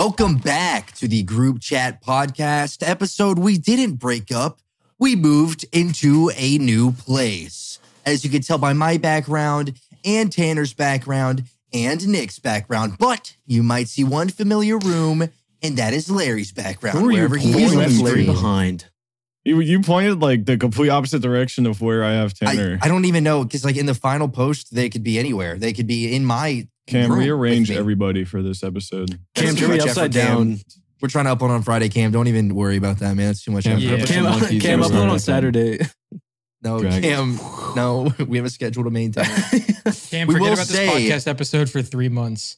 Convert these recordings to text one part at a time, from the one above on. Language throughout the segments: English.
Welcome back to the group chat podcast episode. We didn't break up, we moved into a new place. As you can tell by my background and Tanner's background and Nick's background, but you might see one familiar room, and that is Larry's background. Who are you Wherever he pointing is, on the at, Larry? screen. behind. You, you pointed like the complete opposite direction of where I have I, Tanner. I don't even know because, like, in the final post, they could be anywhere. They could be in my. Cam, room with rearrange me. everybody for this episode. Cam, That's too turn me much effort, upside Cam. down. We're trying to upload on Friday, Cam. Don't even worry about that, man. It's too much Cam, effort. Yeah, Yeah, put Cam, some monkeys Cam in upload there. on Saturday. No, Drag. Cam. No, we have a schedule to maintain. Cam, We will forget about this say- podcast episode for three months.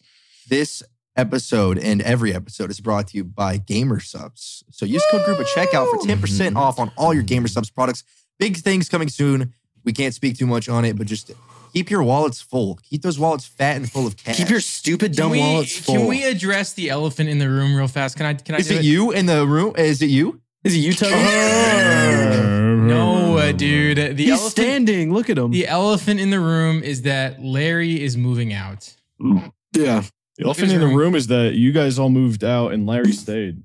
this episode and every episode is brought to you by Gamer Subs. So use code group at checkout for 10% percent off on all your Gamer Subs products. Big things coming soon. We can't speak too much on it, but just keep your wallets full. Keep those wallets fat and full of cash. Keep your stupid Can dumb we, wallets full. Can we address the elephant in the room real fast? Can I? Can I is do it, it? you in the room? Is it you? Is it Utah? No, uh, dude. The He's elephant. standing. Look at him. the elephant in the room is that Larry is moving out. Yeah. The elephant in the room is that you guys all moved out and Larry stayed.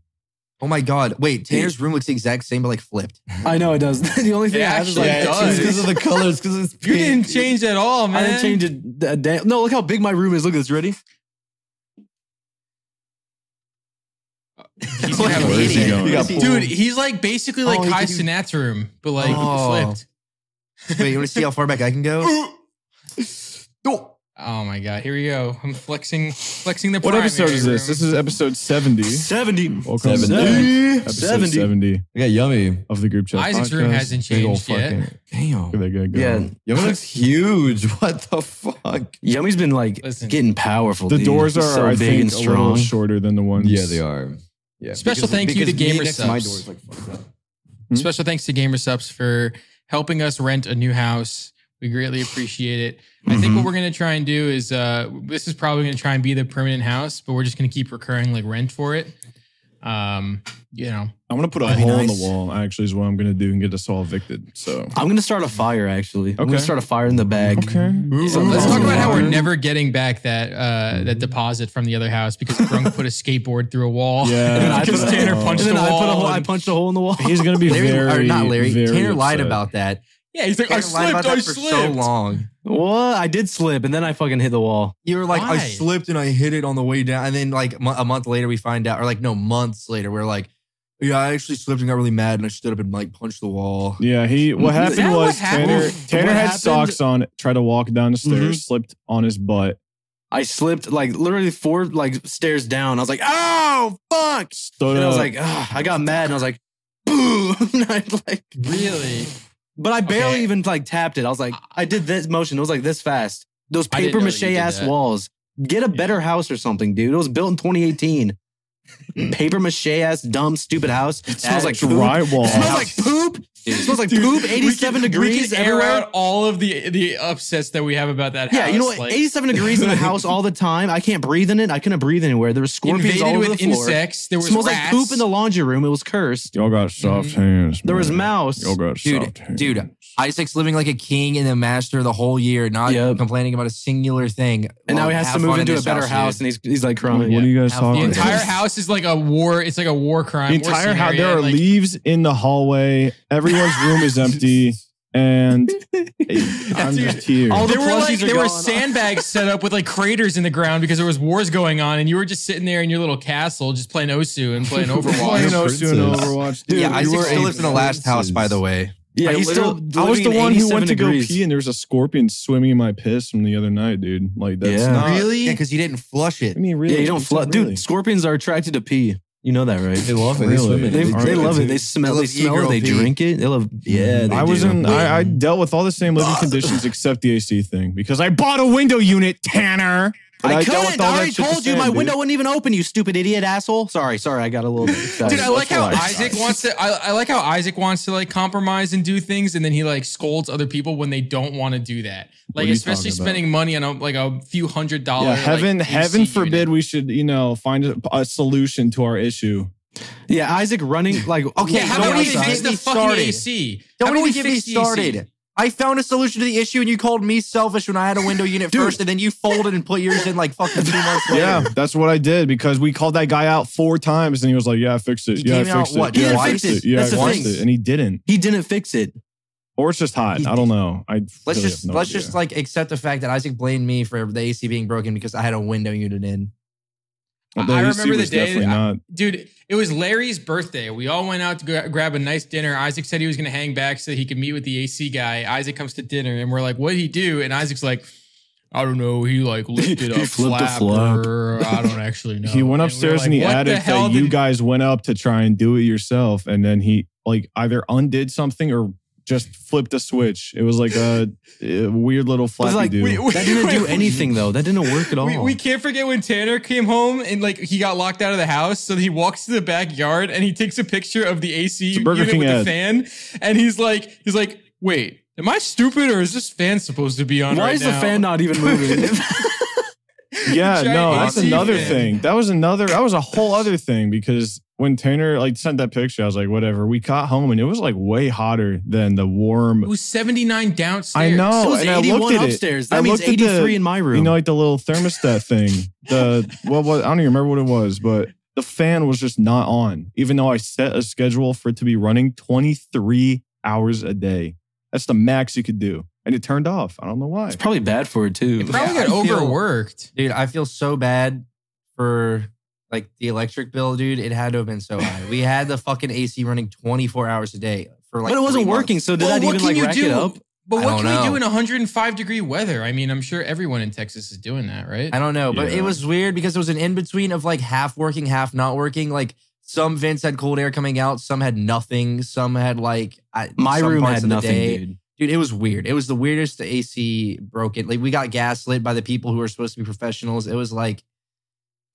Oh my God. Wait, Tanner's room looks the exact same, but like flipped. I know it does. the only thing It I have is actually like does. it's 'cause of the colors. Because it's You pink. didn't change at all, man. I didn't change it. a damn- No, look how big my room is. Look at this. Ready? He's gonna have a Where is he meeting. going? You got Dude, he's like basically like Oh, he Kai could do- Sinat's room, but like Oh. flipped. Wait, you want to see how far back I can go? Oh my god, here we go. I'm flexing, flexing the. What episode primary is this? room. This is episode 70. 70. Welcome to episode 70. 70 Yeah, yummy. of the group chat. Isaac's room podcast. hasn't Big ol' changed yet. fucking- Damn. Look at that guy go. Yeah. Yummy looks huge. What the fuck? Yummy's been like Listen. getting powerful. The dude. doors are, He's so I big think, and a strong. little shorter than the ones. Yeah, they are. Yeah. Special thank you to me Gamer next to My Subs. door is like fucked up. Hmm? Special thanks to GamerSubs for helping us rent a new house. We greatly appreciate it. I Mm-hmm. think what we're going to try and do is uh, this is probably going to try and be the permanent house, but we're just going to keep recurring like rent for it. Um, you know, I'm going to put a That'd be hole in nice. the wall, actually, is what I'm going to do and get us all evicted. So. I'm gonna start a fire. Actually, I'm gonna Okay. start a fire in the bag. so let's on. talk about how we're Alright. never getting back that uh, that deposit from the other house because Brunk put a skateboard through a wall. Yeah. And then I because put a- Tanner Oh. punched And then a I wall. put a hole. I and- punched a hole in the wall. He's gonna be Larry, very or not Larry. very Tanner lied upset. about that. yeah, he's like, Tanner I lied slipped, about that I for slipped. so long. What? I did slip, and then I fucking hit the wall. You were like, I Why? slipped and I hit it on the way down. And then, like, mo- a month later, we find out, or like, no, months later, we're like, yeah, I actually slipped and got really mad and I stood up and like punched the wall. Yeah, he. What happened that what was happened? Tanner. Tanner What had happened- socks on. Tried to walk down the stairs, slipped on his butt, I slipped like literally four like stairs down. I was like, "Oh fuck!" stood And I up. was like, "Ah," I got mad, and I was like, "Boom!" And I, like, Really? but I barely Okay. even like tapped it. I was like, I did this motion. It was like this fast. Those I didn't paper know that mache you did ass that. walls. Get a better house or something, dude. It was built in 2018. paper mache ass dumb stupid house. It smells like poop. It smells drywall. like poop. It smells like poop. 87 we can, degrees we can air everywhere. out all of the the upsets that we have about that Yeah, house. you know what? like, 87 degrees in the house all the time. I can't breathe in it. I couldn't breathe anywhere. There were scorpions invaded all over with the floor. insects. There It was smells rats. like poop in the laundry room. It was cursed. Y'all got soft hands. There was man. mouse. Y'all got Dude, soft hands. dude, Isaac's living like a king and a master the whole year, not Yep. complaining about a singular thing. And now Well, he has have to fun move in into a this better house, dude. and he's, he's like Like, crying. what are you guys How- talking? The Oh, entire yeah. house is like a war. It's like a war about? crime. The war entire house. scenario, There are like, leaves in the hallway. Everyone's room is empty, and I'm just here. All the There were like plushies are there were gone. sandbags set up with like craters in the ground because there was wars going on, and you were just sitting there in your little castle, just playing Osu and playing Playing Overwatch. You're Osu and princess. Overwatch. Dude, yeah, you Isaac were still a lives in the last house, by the way. Yeah, I he's still. literally- I was the one who went to degrees. go pee, and there was a scorpion swimming in my piss from the other night, dude. Like that's Yeah. not. really? Yeah, because you didn't flush it. I mean, really? Yeah, you don't it's flood, not dude. really. Scorpions are attracted to pee. You know that, right? They love it. They, Really? swim in it. They, They they drink love it, it. They too. smell. They They love smell. e-girl it, They pee. drink it. They love. Yeah, they I was do. in. I, I dealt with all the same living conditions except the AC thing because I bought a window unit, Tanner. And I dealt with couldn't. all I that already shit the told you my same, dude. window wouldn't even open. You stupid idiot asshole. Sorry, sorry. I got a little. excited. Dude, I like how Sorry. Isaac wants to. I, I like how Isaac wants to like compromise and do things, and then he like scolds other people when they don't want to do that. What Like are you talking especially about? spending money on a, like a few hundred dollar. Yeah, heaven, like, heaven AC forbid unit. we should, you know, find a, a solution to our issue. Yeah, Isaac running like. Okay, Yeah, how Don't about we get me fix the fucking started. AC? How Don't about we even get me fix the AC? started. I found a solution to the issue, and you called me selfish when I had a window unit Dude. first, and then you folded and put yours in like fucking two months later. Yeah, that's what I did because we called that guy out four times and he was like, "Yeah, I fixed it. He yeah, I came out, fixed it. what, yeah, I twice? fixed it. Yeah, That's I the fixed thing. it." And he didn't, He didn't fix it. or it's just hot. I don't know. I Let's really just have no let's idea. just like accept the fact that Isaac blamed me for the AC being broken because I had a window unit in. The I AC remember the was day Definitely that I- not. Dude, it was Larry's birthday. We all went out to gra- grab a nice dinner. Isaac said he was going to hang back so he could meet with the AC guy. Isaac comes to dinner and we're like, what'd he do? And Isaac's like, I don't know. He like lifted He a flipped a flap. flap. or I don't actually know. he went And we were upstairs like, in the "What attic hell that you did- guys went up to try and do it yourself, and then he like either undid something or just flipped a switch. It was like a, a weird little It was flappy like, dude. we- we- that didn't do we- anything though. That didn't work at all. We, we can't forget when Tanner came home and like he got locked out of the house. So he walks to the backyard and he takes a picture of the AC It's a Burger unit King with ad. the fan, and he's like, he's like, wait, am I stupid or is this fan supposed to be on? Why right is now? the fan not even moving? yeah, Giant no, that's AC another fan. thing. That was another. That was a whole other thing because when Tanner like sent that picture, I was like, whatever. We caught home and it was like way hotter than the It warm. was seventy nine downstairs. I It know, was and I looked 81 at it. upstairs. I That means looked at the- 83 in my room. You know, like the little thermostat thing. The what was I don't even remember what it was, but the fan was just not on, even though I set a schedule for it to be running 23 hours a day. That's the max you could do. And it turned off. I don't know why. it's probably bad for it too. It probably Yeah, got I feel- overworked. Dude, I feel so bad for like the electric bill, dude. It had to have been so high. We had the fucking AC running 24 hours a day for like but it wasn't three working, months. so did Well, that what even can like you rack do? it up? But I what don't can we know. do in 105 degree weather? I mean, I'm sure everyone in Texas is doing that, right? I don't know, but Yeah. it was weird because it was an in between of like half working, half not working. Like some vents had cold air coming out, some had nothing, some had like I, My some room parts had of the nothing, day. dude. dude. It was weird. It was the weirdest AC broken. Like we got gaslit by the people who were supposed to be professionals. It was like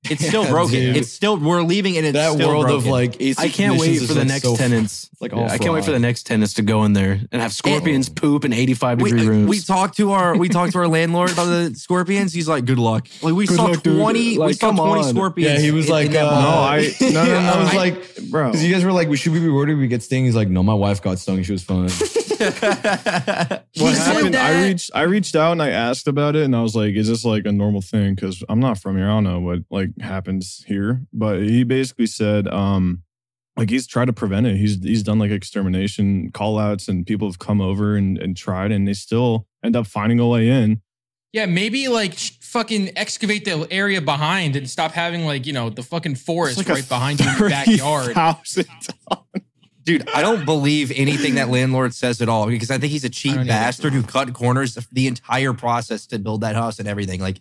it's still Yeah, broken. dude. It's still we're leaving, and it's that still world of broken. like AC I can't wait conditions for is, the like, next so- tenants. It's like all Yeah, I can't wait for fried. the next tenants to go in there and have scorpions poop in 85 we, degree rooms. we talked to our we talked to our landlord about the scorpions. He's like, "Good luck." Like we Good saw luck, dude. twenty, we Like, saw come twenty on. scorpions. Yeah, he was in- like, in that uh, no, mall. I no no no. I was I- like, bro. because you guys were like, we should we be worried if we get stung? He's like, no, my wife got stung. She was fine. He what said happened? I that- reached I reached out and I asked about it and I was like, is this like a normal thing? Cause I'm not from here. I don't know what like happens here. But he basically said, um, like he's tried to prevent it. He's he's done like extermination call outs and people have come over and, and tried and they still end up finding a way in. Yeah, maybe like sh- fucking excavate the area behind and stop having like you know the fucking forest It's like a right behind you in your backyard. 30,000 Dude, I don't believe anything that landlord says at all because I think he's a I cheap don't either. bastard who cut corners the entire process to build that house and everything. Like,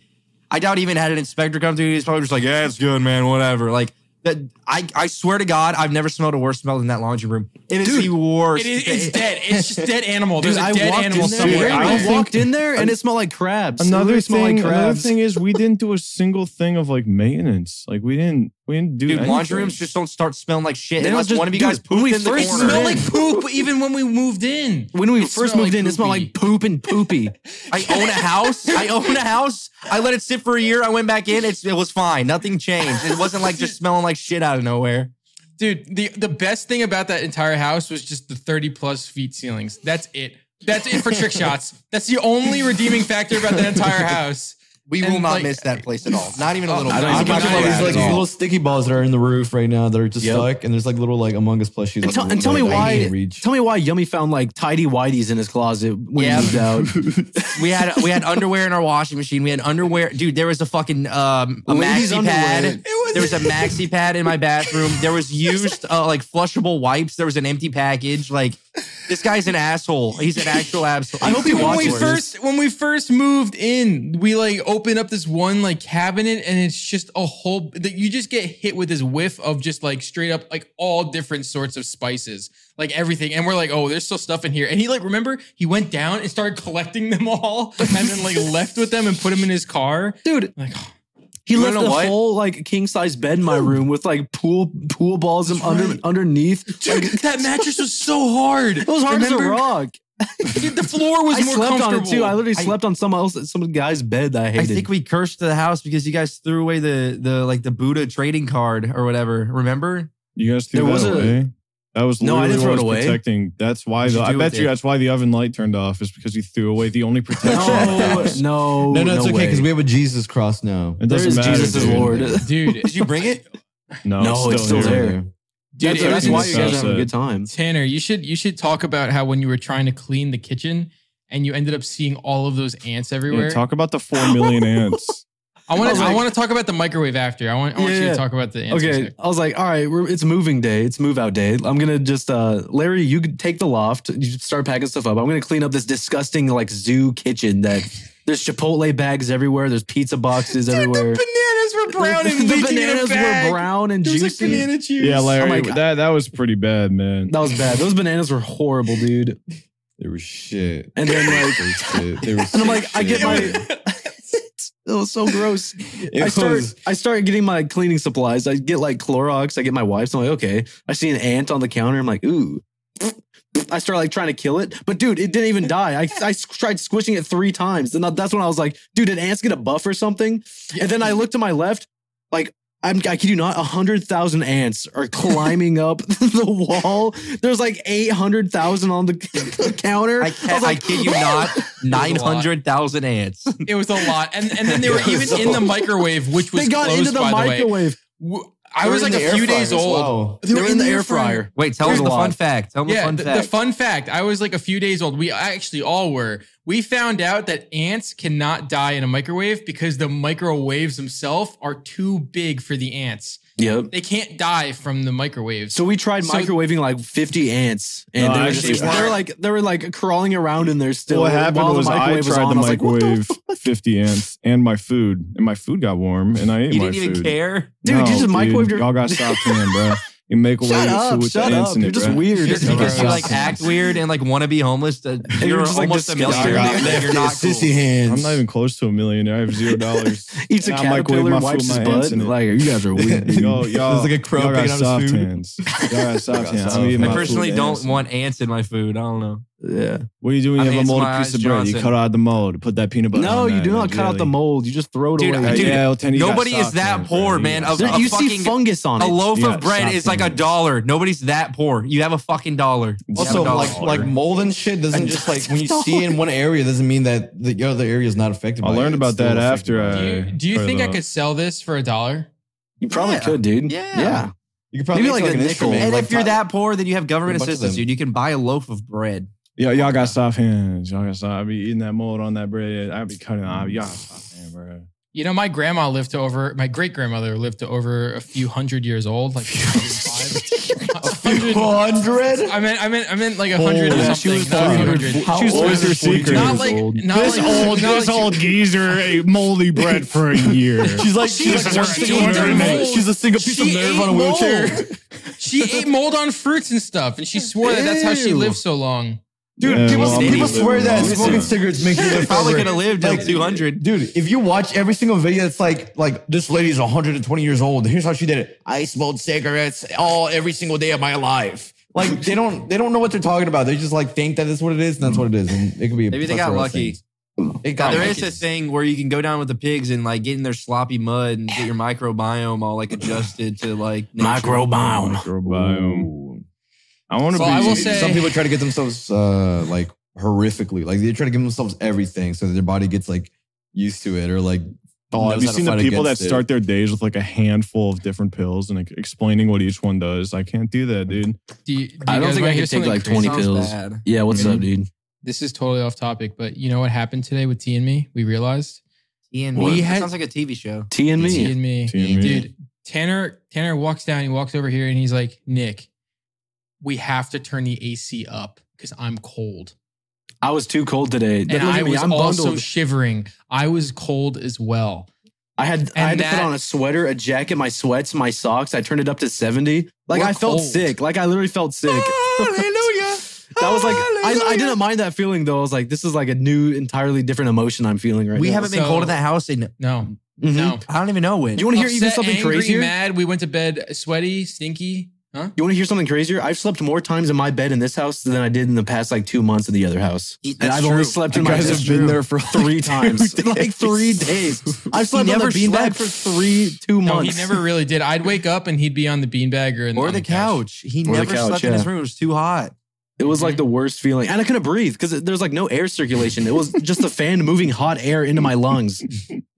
I doubt he even had an inspector come through. He's probably just like, "Yeah, it's good, man. Whatever." Like that. I I swear to God, I've never smelled a worse smell than that laundry room. It is Dude, the worst. It is, it's dead. It's just dead animal. There's Dude, a I dead walked animal in there. somewhere. Dude, I I think- walked in there and it smelled like crabs. It Another literally smelled thing, like another crabs. thing is we didn't do a single thing of like maintenance. Like we didn't we didn't do Dude, laundry anything. rooms just don't start smelling like shit They don't unless just- one of you dude, guys when poops we in the first corner. smelled like poop even when we moved in. when we It first smelled moved like in, it smelled poopy. like poop and poopy. I own a house. I own a house. I let it sit for a year. I went back in. It's, it was fine. Nothing changed. It wasn't like just smelling like shit out of nowhere. Dude, the the best thing about that entire house was just the 30 plus feet ceilings. That's it. That's it for trick shots. That's the only redeeming factor about that entire house. We And, will not like- miss that place at all. Not even a Oh, little I bit. don't I'm even talking about that these at like these all. little sticky balls that are in the roof right now that are just Yep. stuck, and there's like little like Among Us plushies. And like, tell, and tell me like, I can't why. reach. Tell me why Yummy found like tidy whiteys in his closet when Yeah. he moved out. We had we had underwear in our washing machine. We had underwear. Dude, there was a fucking um, a Ladies' maxi underwear. pad. There was a maxi pad in my bathroom. There was used uh, like flushable wipes. There was an empty package. Like this guy's an asshole. He's an actual asshole. I hope he Dude, when we watches this. first when we first moved in, we like open up this one like cabinet and it's just a whole that you just get hit with this whiff of just like straight up like all different sorts of spices, like everything. And we're like, oh, there's still stuff in here. And he like remember he went down and started collecting them all and then like left with them and put them in his car. Dude, Like he You left wanna a know what? whole like king size bed in my room with like pool pool balls and under underneath. Dude, that mattress was so hard. It was hard as a rock. Dude, the floor was I more slept on comfortable. it too. I literally I- slept on some else, some guy's bed that I I hated. think we cursed the house because you guys threw away the the like the Buddha trading card or whatever. Remember? You guys threw There that was a- away. That was No, I literally didn't what throw it was away. Protecting. That's why. What'd The, you I do bet with you it? that's why the oven light turned off is because he threw away the only protection. No, no, no, no, it's okay way. because we have a Jesus cross now. It There doesn't is matter. Jesus is dude. Lord. dude. Did you bring it? No, No, Oh, it's still here. there. Dude, that's it that's was- why you guys are insane. having a good time. Tanner, you should you should talk about how when you were trying to clean the kitchen and you ended up seeing all of those ants Yeah, everywhere. talk about the four million ants. I want I was to I like- want to talk about the microwave after. I want I want you Yeah. to talk about the ants. Okay, I was like, all right, we're, it's moving day. It's move out day. I'm gonna just, uh, Larry, you could take the loft. You start packing stuff up. I'm gonna clean up this disgusting like zoo kitchen that there's Chipotle bags everywhere. There's pizza boxes everywhere. bananas were brown and the bananas were brown and juicy. juice. yeah, Oh my Larry, God. that that was pretty bad, man. that was bad. Those bananas were horrible, dude. They were shit. And then like, They were shit. They were and I'm like, I shit. get my. It was so gross. It I start was- I start getting my cleaning supplies. I get like Clorox. I get my wipes. I'm like, okay. I see an ant on the counter. I'm like, ooh. I start like trying to kill it, but dude, it didn't even die. I, I s- tried squishing it three times, and that's when I was like, dude, did ants get a buff or something? And then I look to my left, like I'm, I kid you not, hundred thousand ants are climbing up the wall. There's like eight hundred thousand on the, the counter. I, I was can't, I like, kid you not. Nine It was a lot. hundred thousand ants. It was a lot, and and then they were It even was a in the lot. microwave, which was they got closed, into the by the way. microwave. W- I They were was in like the a air few fryer days as old. well. They were in the air fryer. Wait, tell It us was the a fun lot. fact. Tell them yeah, the fun the, fact. the fun fact. I was like a few days old. We actually all were. We found out that ants cannot die in a microwave because the microwaves themselves are too big for the ants. Yep. They can't die from the microwaves. So we tried So- microwaving like 50 ants, and No, they were actually, just they were like they were like crawling around in there still. what happened while was I microwave was tried on. the I was like, what the microwave 50 ants and my food, and my food got warm, and I ate you my didn't even food. care. Dude, you just microwaved your- Y'all got stopped playing, bro. You make away Shut with food up! with Shut the ants up! in You're it, just bruh. weird. Just because you like Gross. act weird and like want to be homeless, that you're just, like, almost a disgusted. millionaire. You're not cool. sissy hands. I'm not even close to a millionaire. I have zero dollars. Eats a And I microwave caterpillar, my food, wipes his my ants butt. in it. Like you guys are weird. dude. Yo, y'all, There's like a crow y'all got picking up soft his food. hands. Y'all got soft Got hands. soft I'm eating hands. my I food personally with don't ants. want ants in my food. I don't know. yeah. What are you doing? I'm You have a ants, molded my piece of eyes, bread. You Johnson. cut out the mold. Put that peanut butter. No, on you that do not and cut out the jelly. mold. You just throw it Dude, away. I- dude, yeah, well, Tandy, you got Nobody is soft that hands, poor, bro. You man. got Of- soft There- a you see fucking- fungus on A it. loaf Yeah, of bread stop is like a doing it. dollar. Nobody's that poor. You have a fucking dollar. You have Also, a dollar. like like mold and shit doesn't just like when you see in one area doesn't mean that the other area is not affected. I by it. learned It's about still that after affected by it. do I. you, do you or think I the- could sell this for a dollar? You probably Yeah. could, dude. Yeah. yeah. you could probably Maybe make like a an nickel. instrument, and like if you're ti- that poor, then you have government A bunch of assistance, them. dude. You can buy a loaf of bread. Yeah, y'all got soft hands. Y'all got soft. I be eating that mold on that bread. I be cutting. I y'all got soft hands, bro. You know, my grandma lived to over, my great grandmother lived to over a few hundred years old, like 105. A hundred- 100? I meant, I meant, I meant like a hundred Oh, or yeah, something. she was not 300. 100. How She was old with is her this secret. woman? Not like, not this like, old, not this like- old geezer ate moldy bread for a year. She's like She she's was like one a single nerve. in teenager. it. She's a single piece of She nerve ate on a wheelchair. mold. She ate mold on fruits and stuff, and she swore that that's how she Ew. lived so long. Dude, Yeah, people, well, I'm people gonna swear live that long. smoking Yeah. cigarettes makes you live Probably forever. gonna live till Like, 200. Dude, if you watch every single video, it's like like this lady's 120 years old. Here's how she did it. I smoked cigarettes all every single day of my life. Like they don't they don't know what they're talking about. They just like think that that's what it is, and that's what it is. And it could be a Maybe they got plethora of lucky. things. They Now, got there lucky. is this thing where you can go down with the pigs and like get in their sloppy mud and get your microbiome all like adjusted to like nature. Microbiome. Microbiome. I want to So be. I will say- Some people try to get themselves uh like horrifically. Like they try to give themselves everything so that their body gets like used to it or like Oh, knows have you how to seen the fight people that against it. start their days with like a handful of different pills and like explaining what each one does? I can't do that, dude. Do you, do you I don't think guys wanna I could hear take, something like, 20 crazy? Sounds pills. bad. Yeah. What's up, dude? This is totally off topic, but you know what happened today with T and me? We realized T and What? me. That sounds like a TV show. T and T me. and me, T and me. dude. Tanner Tanner walks down. He walks over here and he's like, Nick, we have to turn the AC up because I'm cold. I was too cold today. Look And at I me, was I'm also bundled. shivering. I was cold as well. I had I And had to that- put on a sweater, a jacket, my sweats, my socks. I turned it up to 70. Like We're I felt cold. sick. Like I literally felt sick. Hallelujah. that was like I, I didn't mind that feeling though. I was like, this is like a new, entirely different emotion I'm feeling right We now. haven't been So- cold in that house in No, Mhm. no. I don't even know when. You want to hear even Upset, something angry, crazier? Mad. We went to bed sweaty, stinky. You want to hear something crazier? I've slept more times in my bed in this house than I did in the past like two months at the other house. He- and that's I've only true. slept in You my guys bed have been there for three times. days. like three days. I've slept on the never beanbag slept. for three, two No, months. he never really did. I'd wake up and he'd be on the beanbag or, in- or on the couch. He Or the never couch, slept in his yeah. room. It was too hot. It was like the worst feeling. And I couldn't breathe because there's like no air circulation. It was just the fan moving hot air into my lungs.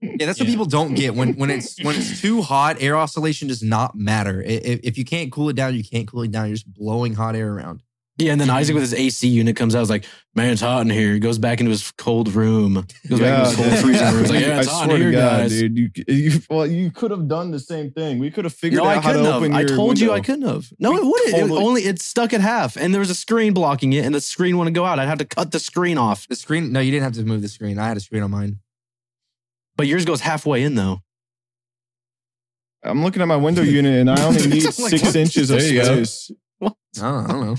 Yeah, that's what Yeah. people don't get when when it's when it's too hot. Air oscillation does not matter. I- If, if you can't cool it down, you can't cool it down. You're just blowing hot air around. Yeah, and then Isaac with his AC unit comes out. It's like, man, it's hot in here. He goes back into his cold room. He goes back into his cold dude. freezing room. It's like, Dude, yeah, it's I hot swear in here, to God, guys. dude. You, you, well, you could have done the same thing. We could have figured No, out I how couldn't to have. open I your told you I window. couldn't have. No, it wouldn't. It totally- only it's stuck at half, and there was a screen blocking it, and the screen wouldn't go out. I'd have to cut the screen off. The screen. No, you didn't have to move the screen. I had a screen on mine. But yours goes halfway in though. I'm looking at my window unit, and I only need Like, six inches of There you go. space. Oh, I don't know.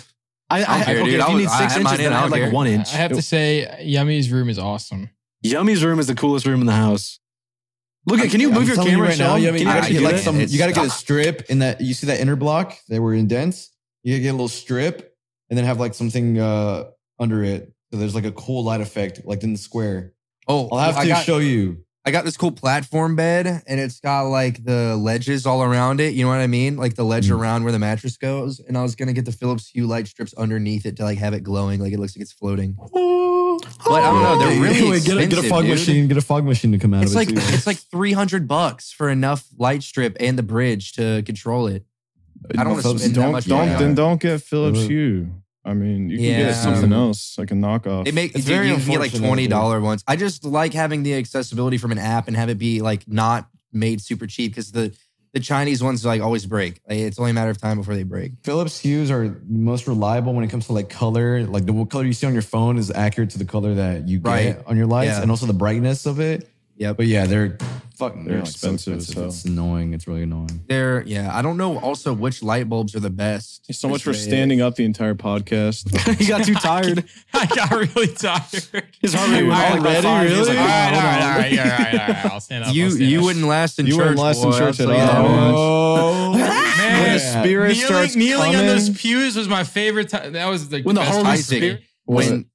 I, I, don't care, okay, dude. if I you was- need I six had mine inches, in, then I I had don't like care. one couch. inch. I have to say, Yummy's room is awesome. Yummy's room is the coolest room in the house. Look at, can you I'm move your telling camera right now? Sean? Yeah, I mean, Can you you I gotta actually get do like that? some. It's- You gotta get a strip in that. You see that inner block that were indents. You gotta get a little strip and then have like something uh, under it. So there's like a cool light effect, like in the square. Oh, I'll have I to got, show you. I got this cool platform bed, and it's got like the ledges all around it. You know what I mean? Like the ledge Mhm. around where the mattress goes. And I was gonna get the Philips Hue light strips underneath it to like have it glowing, like it looks like it's floating. But I don't know. They're really Anyway, get, a, get a expensive, fog dude. machine. Get a fog machine to come out It's of like it. too. it's like three hundred bucks for enough light strip and the bridge to control it. I don't wanna Phillips, spend that don't, much don't, money. Then don't get Phillips Yeah. Hue. I mean, you can Yeah. get something else, like a knockoff. It make It's dude, very you can get like unfortunate, twenty dude. dollar ones. I just like having the accessibility from an app and have it be like not made super cheap because the the Chinese ones like always break. Like, it's only a matter of time before they break. Philips hues are most reliable when it comes to like color. Like the what color you see on your phone is accurate to the color that you get Right. on your lights, Yeah. and also the brightness of it. Yep. But yeah, they're fucking. They're They're, like, so expensive as hell. It's annoying. It's really annoying. They're yeah. I don't know also which light bulbs are the best. Thanks so much for They- standing up the entire podcast. he got too tired. I got really tired. His heart rate Dude, was all like by already? five. He was like, Really? all right, "Oh, hold all right, all on." right, yeah, all right, all right. I'll stand up. I'll You stand you up. wouldn't last in You church. wouldn't last in boy, church I'll at tell you all, that man. much. When the Oh. Yeah. spirit starts Kneeling, kneeling on coming- those pews was my favorite time. That was the When the best Holy time. Isaac. Spirit- Was it? When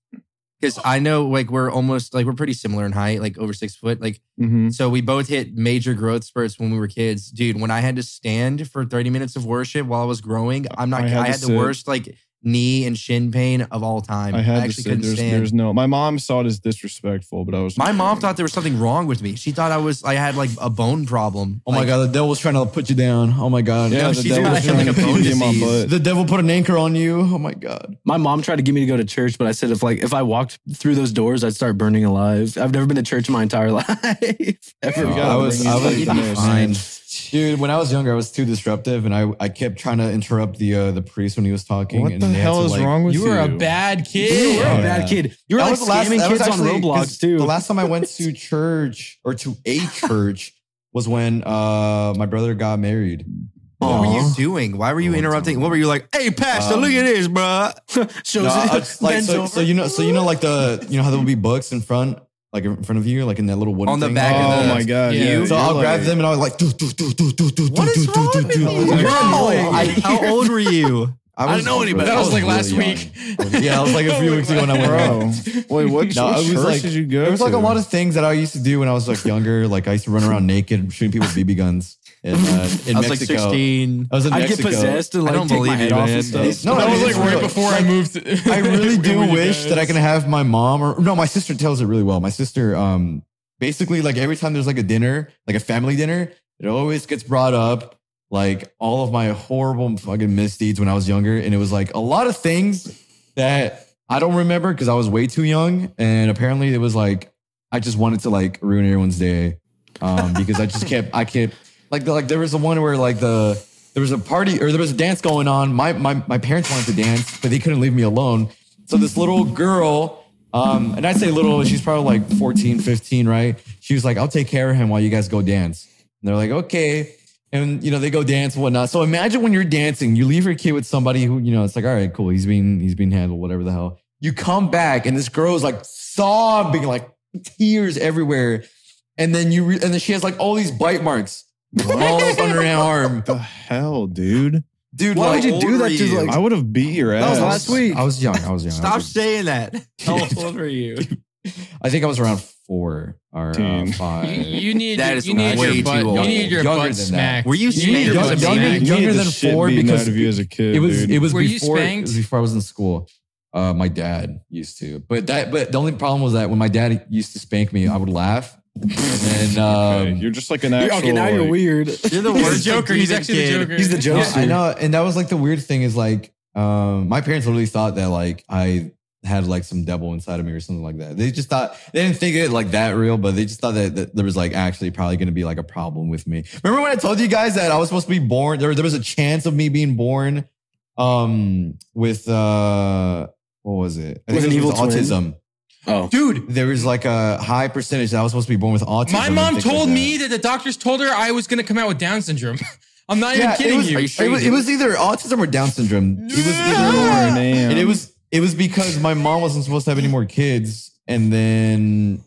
because I know like we're almost like we're pretty similar in height, like over six foot. Like Mhm. So we both hit major growth spurts when we were kids. Dude, when I had to stand for 30 minutes of worship while I was growing, I'm not I I had had, to the sit. worst like knee and shin pain of all time. I I, had to actually say, couldn't there's, stand. there's no. My mom saw it as disrespectful, but I was. My mom thought there was something wrong with me. She thought I was I had like a bone problem. Oh my Like, god, the devil's trying to put you down. Oh my god. Yeah, No, the she's devil got was it trying like to a bone pee in my disease. butt. The devil put an anchor on you. Oh my god. My mom tried to get me to go to church, but I said if like if I walked through those doors, I'd start burning alive. I've never been to church in my entire life. Ever. You gotta I was bring I these was fucking be nerds. fine. Dude, when I was younger, I was too disruptive and I, I kept trying to interrupt the uh, the priest when he was talking. What and the they had hell to, is like- wrong with you? You were a bad You were kid. Yeah. a bad kid. You were That like was the last- scamming that was kids on actually- 'cause Roblox too. The last time I went to church or to a church was when uh my brother got married. what were you Aw. doing? Why were you Oh, interrupting? dude. What were you like? Hey, pastor, Um, look at this, bruh. Shows No, it- I just- like, bends so, over. so you know, so you know, like the you know how there will be books in front, like in front of you, like in that little wooden On the thing? back Oh of the- my god! Yeah. yeah, So you're I'll grab like- them and I'll like do do do do do do What do is do wrong do with do. you? You're Wow. annoying. I- How old were you? I didn't know any anybody. That was like really last young. week. Yeah, it was like a few weeks ago when I went. Bro, wait, what, No, what it was church like- did you go There was like to? a lot of things that I used to do when I was like younger. Like I used to run around naked shooting people with BB guns in, uh, in I was like Mexico. 16. I was in I get Mexico. possessed and I like don't take my believe head you, off man. and stuff. No, that was it like is right real. before I moved. I really do wish that I can have my mom or no, my sister tells it really well. My sister, um, basically, like every time there's like a dinner, like a family dinner, it always gets brought up, like all of my horrible fucking misdeeds when I was younger, and it was like a lot of things that I don't remember because I was way too young, and apparently it was like I just wanted to like ruin everyone's day, um, because I just kept I kept like the, like there was the one where like the there was a party or there was a dance going on. My my my parents wanted to dance, but they couldn't leave me alone. So this little girl, um, and I say little, she's probably like 14, 15, right? She was like, I'll take care of him while you guys go dance. And they're like, okay. And you know, they go dance and whatnot. So imagine when you're dancing, you leave your kid with somebody who, you know, it's like, all right, cool, he's being he's being handled, whatever the hell. You come back and this girl is like sobbing, like tears everywhere. And then you re- and then she has like all these bite marks all up on her arm. the hell, dude. Dude, Why how would you old do that were to, you? like- I would have beat your ass. That was last week. I was young. I was young. I Stop was- saying that. How old are you? I think I was around four or uh, Teen. five. You, you need That your- is you need way your too butt. old. You need your Younger butt than that. smacked. Were you you need your spanked? butt Younger- smacked. younger than four because out of you as a kid. it was dude. it was Were you before it spanked? was before I was in school. Uh, my dad used to, but that but the only problem was that when my dad used to spank me, I would laugh, and then um, Okay, you're just like an actual. Okay, now you're like- weird. You're the worst Joker. He's actually the Joker. He's the Joker. Yeah, I know. And that was like the weird thing is like, um, my parents literally thought that like I had like some devil inside of me or something like that. They just thought they didn't think it like that real, but they just thought that, that there was like actually probably going to be like a problem with me. Remember when I told you guys that I was supposed to be born? There, there was a chance of me being born, um, with uh, what was it? I With think an it evil was twin? autism. Oh, Dude, There was like a high percentage that I was supposed to be born with autism. my and mom things like told that. me that the doctors told her I was going to come out with Down syndrome. I'm not even it kidding was, you. It was, it was either autism or Down syndrome. It was either or. Man. And it was it was because my mom wasn't supposed to have any more kids, and then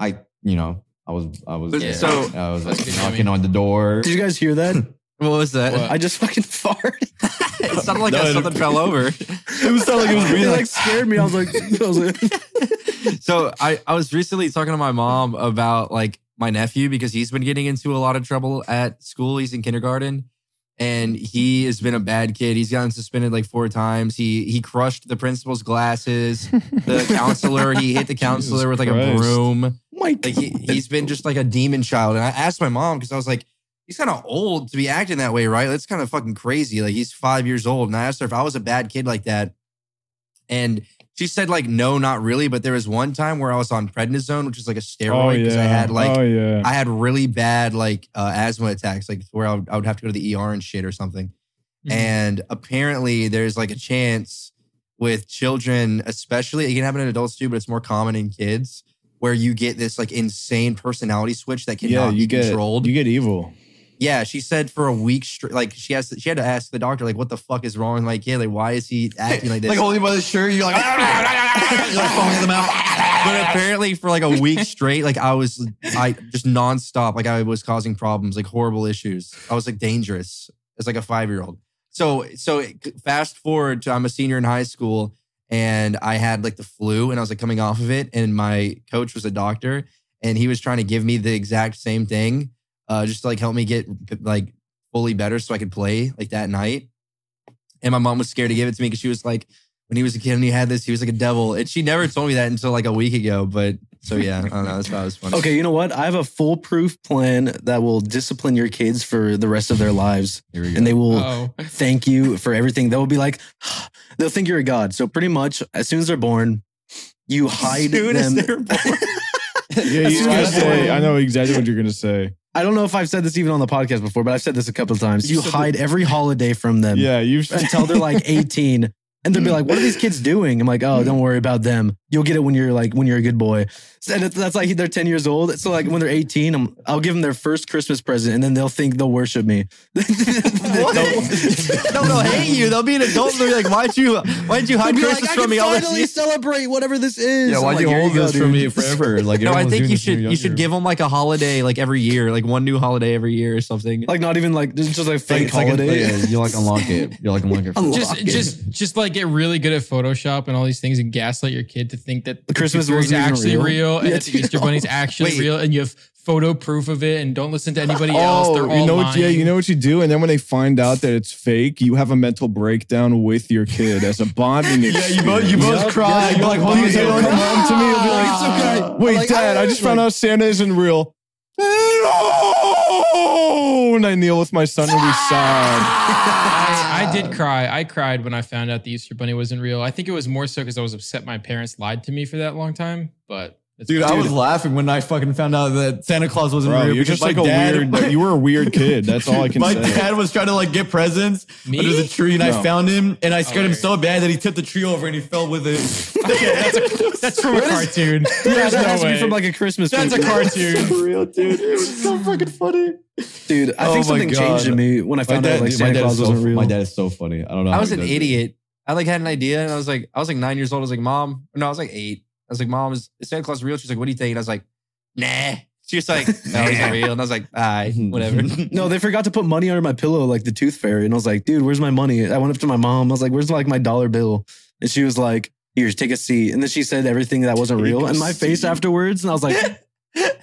I, you know, I was I was But there. so- I was like That's knocking on the door. did you guys hear that? What was that? What? I just fucking farted. It sounded like No, it- something fell over. It was not like it was It really like like scared me. I was like, I was like so I, I was recently talking to my mom about like my nephew because he's been getting into a lot of trouble at school. He's in kindergarten and he has been a bad kid. He's gotten suspended like four times. He he crushed the principal's glasses, the counselor, he hit the counselor with like a Christ. broom. my Like he, God. he's been just like a demon child. And I asked my mom because I was like, he's kind of old to be acting that way, right? That's kind of fucking crazy. Like he's five years old. And I asked her if I was a bad kid like that. And she said, like, no, not really. But there was one time where I was on prednisone, which is like a steroid, because I had like oh yeah. I had really bad like uh, asthma attacks, like where I would, I would have to go to the ER and shit or something. Mm-hmm. Mhm. And apparently, there's like a chance with children, especially it can happen in adults too, but it's more common in kids, where you get this like insane personality switch that cannot yeah, you be get controlled. you get evil. yeah, she said for a week straight, like she has, she had to ask the doctor, like, what the fuck is wrong with my kid? Like, why is he acting like this? like holding by the shirt. You're like you're like foaming at the mouth. but apparently for like a week straight, like I was I just nonstop, like I was causing problems, like horrible issues. I was like dangerous as like a five year old. So so it- fast forward to I'm a senior in high school and I had like the flu and I was like coming off of it and my coach was a doctor and he was trying to give me the exact same thing, uh, just to like help me get like fully better so I could play like that night. And my mom was scared to give it to me because she was like, when he was a kid and he had this, he was like a devil. And she never told me that until like a week ago. But so yeah, I don't know. That's why it was funny. Okay, you know what? I have a foolproof plan that will discipline your kids for the rest of their lives, Here we and they will Oh, thank you for everything. They'll be like, they'll think you're a god. So pretty much, as soon as they're born, you hide soon as them. they're born. Yeah, As you soon I as they're say. born. I know exactly what you're gonna say. I don't know if I've said this even on the podcast before, but I've said this a couple of times. You You, said hide every holiday from them Yeah, you've until they're like 18. And they'll be like, what are these kids doing? I'm like, Mm. oh, don't worry about them. You'll get it when you're like, when you're a good boy. So that's that's like, they're 10 years old. So like when they're 18, I'm, I'll give them their first Christmas present and then they'll think they'll worship me. What? no, they'll hate you. They'll be an adult. And they'll be like, "Why'd you? Why'd you hide I'd be Christmas like, I from can me all this finally year?" celebrate whatever this is. Yeah, I'm why like, do you "Here hold go, this from me dude." forever? Like No, I everyone's think doing you this when should you're you should younger. give them like a holiday, like every year, like one new holiday every year or something. Like not even like, this is just like Like, fake it's like a- holiday. yeah, you like unlock it. You like unlock it. Unlock just Fucking- just just like get really good at Photoshop and all these things and gaslight your kid to think that The Christmas is wasn't even actually real. real, and Yeah, that the dude. Easter bunny's actually Wait. real and you have photo proof of it and don't listen to anybody else. They're Oh, all you know what? lying. Yeah, you know what you do, and then when they find out that it's fake, you have a mental breakdown with your kid as a bonding. yeah, you both you both cry. You're like holding He'll your come home to me and be like, "It's okay." "Oh, "Wait, Like, Dad, I, I- just found out Santa isn't real." No! And I kneel with my son and we sob. I, I did cry. I cried when I found out the Easter bunny wasn't real. I think it was more so because I was upset my parents lied to me for that long time. But it's Dude, I fine. was laughing when I fucking found out that Santa Claus wasn't Bro, real. you're because just like my a dad- weird. You were a weird kid. That's all I can my say. dad was trying to like get presents under the me. tree, and No. I found him, and I scared him Hilarious. so bad that he tipped the tree over and he fell with it. that's, a, that's from a cartoon. that There's no has to way. be from like a Christmas that's a movie. cartoon. real, dude. It was so fucking funny. Dude, I Oh my think something God. changed in me when I My found dad, out like dude, my Santa dad Claus is so, wasn't real. my dad is so funny. I don't know. I how was he an does it. idiot. I like had an idea and I was like, I was like nine years old. I was like, Mom, no, I was like eight. I was like, Mom, is is Santa Claus real? She's like, What do you think? And I was like, Nah. She was like, no, he's not real. And I was like, ah, whatever. No, they forgot to put money under my pillow, like the tooth fairy. And I was like, dude, where's my money? I went up to my mom. I was like, where's like my dollar bill? And she was like, here, take a seat. And then she said everything that wasn't Take real. a And my face seat. afterwards. And I was like,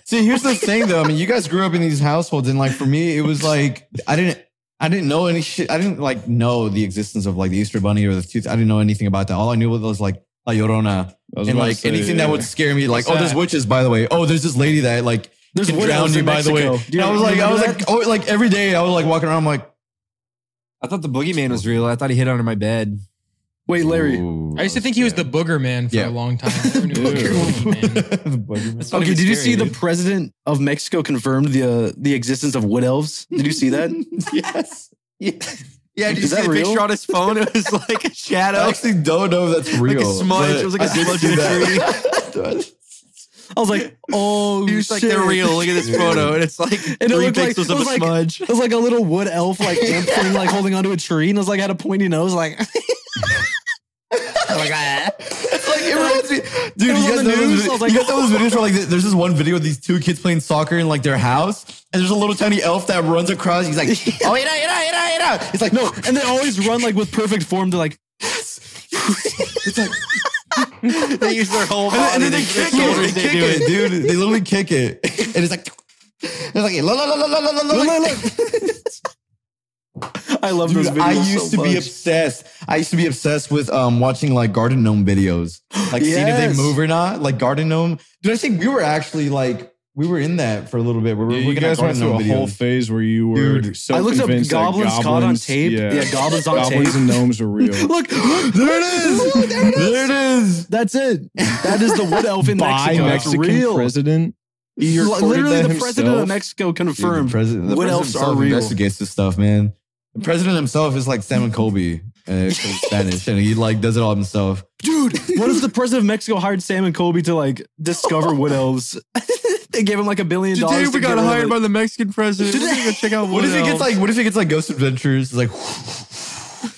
See, here's the thing though. I mean, you guys grew up in these households, and like for me, it was like I didn't I didn't know any shit. I didn't like know the existence of like the Easter bunny or the tooth. I didn't know anything about that. All I knew was like La Llorona I was and about to like say, anything that yeah. would scare me. Like, What's oh, there's that? witches, by the way. Oh, there's this lady that like there's can wood drown elves you, in by the way. Mexico. Do you and I was like, I was like, oh, like every day I was like walking around, I'm like, I thought the boogeyman was real. I thought he hid under my bed. wait, Larry. I used to think he was the booger man for Yeah. a long time. I never knew what Ew. he was, man. That's not Okay, even did you scary, see the dude. president of Mexico confirmed the uh, the existence of wood elves? Did you see that? yes. Yeah, did you Is see that the real? picture on his phone? It was like a I shadow. actually don't know if that's real. smudge. but It was like a I did smudge in see a that. I was like, oh, He was shit. like, they're real. Look at this photo. And it's like it three looked like- pixels it of a was like- smudge. It was like a little wood elf, like amp thing, like holding onto a tree, and I was like, had a pointy nose, like like it reminds me, dude. It was you, on guys the know those news, vid- I was like- you guys know those videos where like th- there's this one video of these two kids playing soccer in like their house, and there's a little tiny elf that runs across. He's like, oh, you know, you know, you know, you know. It's like no, and they always run like with perfect form. They're like, it's like, They use their whole body. and then they to- their kick it, shoulders, they kick do it, dude. They literally kick it, and it's like, it's like, la la la la la la la la. I love those Dude, videos. I used so to be much. obsessed. I used to be obsessed with um watching like garden gnome videos, like seeing if Yes. they move or not. Like garden gnome, dude. I think we were actually like we were in that for a little bit. We were Yeah, you looking at guys went garden through gnome a whole videos. phase where you were Dude, so I looked up convinced that goblins caught on tape. Yeah, goblins on goblins tape. and gnomes are real. Look, look, There it is. Ooh, there it is. There it is. That's it. That is the wood elf in By Mexico. That's Mexican real. president. He Li- recorded Literally, that the himself. president of Mexico confirmed. the president, the What else president are himself real? investigates this stuff, man. The president himself is like Simon Colby, uh, 'cause Spanish, and he like does it all himself. Dude, what if the president of Mexico hired Sam and Colby to like discover wood elves? they gave him like a billion dollars. to get rid of it. the Mexican president. We're gonna go check out What if it gets like? What if it gets like Ghost Adventures? Like,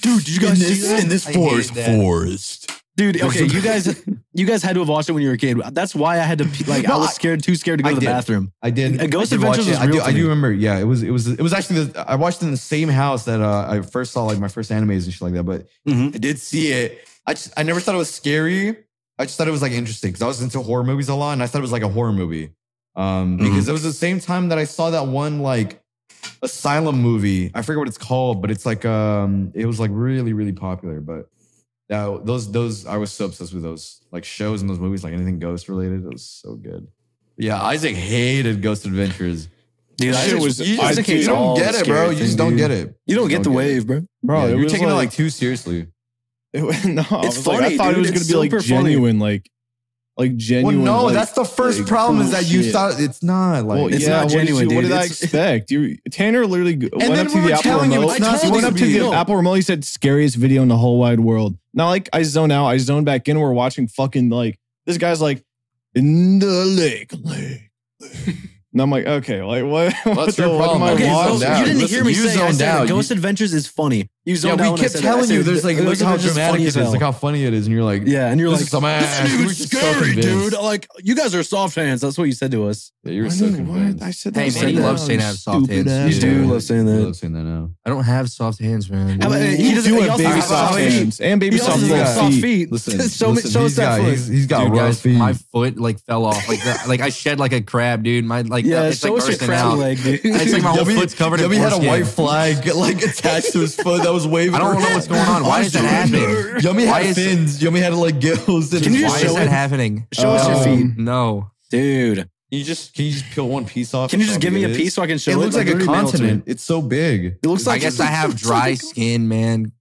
dude? Did you guys see that? this I hated that. forest. Dude, okay, you guys, you guys had to have watched it when you were a kid. That's why I had to pee- like. I No, was I- scared, too scared to go I to the did. bathroom. I did. Uh, Ghost I did watch Adventures it. was I do. real to I do me. remember. Yeah, it was. It was. It was actually. The, I watched it in the same house that uh, I first saw like my first animes and shit like that. But Mm-hmm. I did see it. I just. I never thought it was scary. I just thought it was like interesting because I was into horror movies a lot, and I thought it was like a horror movie. Um, Mm-hmm. because it was the same time that I saw that one like asylum movie. I forget what it's called, but it's like um, it was like really really popular. But that those those I was so obsessed with those like shows and those movies, like anything ghost related. It was so good. Yeah, Isaac hated Ghost Adventures. Dude, That I shit just, was- you, I just did- hates you don't all get it, scary bro. You things, just don't dude. get it. You don't get the wave, bro. Bro, Yeah, it you're was taking like, it like too seriously. It, was- no, I It's was like, I funny, thought it dude. was going It's to be like super funny. genuine, like like Well, genuine. no, like- that's the first like, problem is cool that you shit. thought it's not like. well, it's yeah, not what did genuine, you- What dude. did I It's- expect? You Tanner literally g- went up then we to were the Apple telling you remote. it's not He went supposed up to to be. the No. Apple remote. He said scariest video in the whole wide world. Now, like I zone out. I zone back in. We're watching fucking like this guy's like in the lake, lake. lake." and I'm like, okay, like what? what, that's the, your what am problem. I Okay, Okay, so watching? zoned out. you didn't hear me Listen, you say I zoned said out. that Ghost Adventures is funny. You yeah, zoned out we when I kept said that. I telling said you there's like Ghost look how Adventures is dramatic funny it as is, look hell. how funny it is, and you're like, Yeah, and you're This like, is some ass. dude's We were just so convinced. Like, you guys are soft hands. That's what you said to us. yeah, you're I so mean, convinced. what? I said Hey, that. man, was you like, love "Oh, saying I have soft stupid hands." ass You do love saying You that. love saying that now. I don't have soft hands, man. How about- You he doesn't- do he have also- baby how about soft he- hands and baby He soft also Soft got feet. soft little feet. feet. Listen, show me, listen, show us he's that got- foot. he's- he's got Dude, raw guys, feet. my foot like fell off. Like, the, like I shed like a crab, dude. My like, yeah, it's show like us your bursting crab out. leg, dude. It's like my whole Yummy- foot's covered in Yummy had a foreskin. white flag like attached to his foot that was waving. I don't know around. what's going on. Why does that happen? Yummy Why is- had fins. Yummy had like gills. And Can you just Why show is that it? happening? Show us your Um, feet. No. dude. You just can you just peel one piece off? Can you just give me a piece so I can show It it? looks like a literally mail it to me. continent. It's so big. It looks I like guess I have dry skin, man.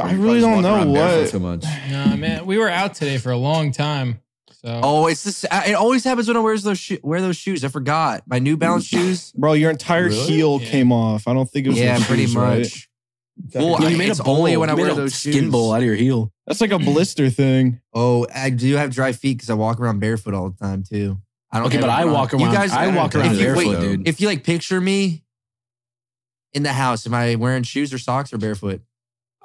I really don't know what. So much. Nah, man, we were out today for a long time. So Oh, it's this. It always happens when I wear those sho- wear those shoes. I forgot my New Balance Mm. shoes. Bro, your entire Really? heel Yeah. came off. I don't think it was. Yeah, the pretty shoes, much. right? Well, Yeah, I- you made it's a bowl. only when I You made wear a those skin shoes. bowl out of your heel. That's like a blister thing. Oh, I do have dry feet because I walk around barefoot all the time too. I don't. Okay, have but it I on. walk You around- guys, I walk if around you- wait, barefoot, dude. If you like picture me in the house, am I wearing shoes or socks or barefoot?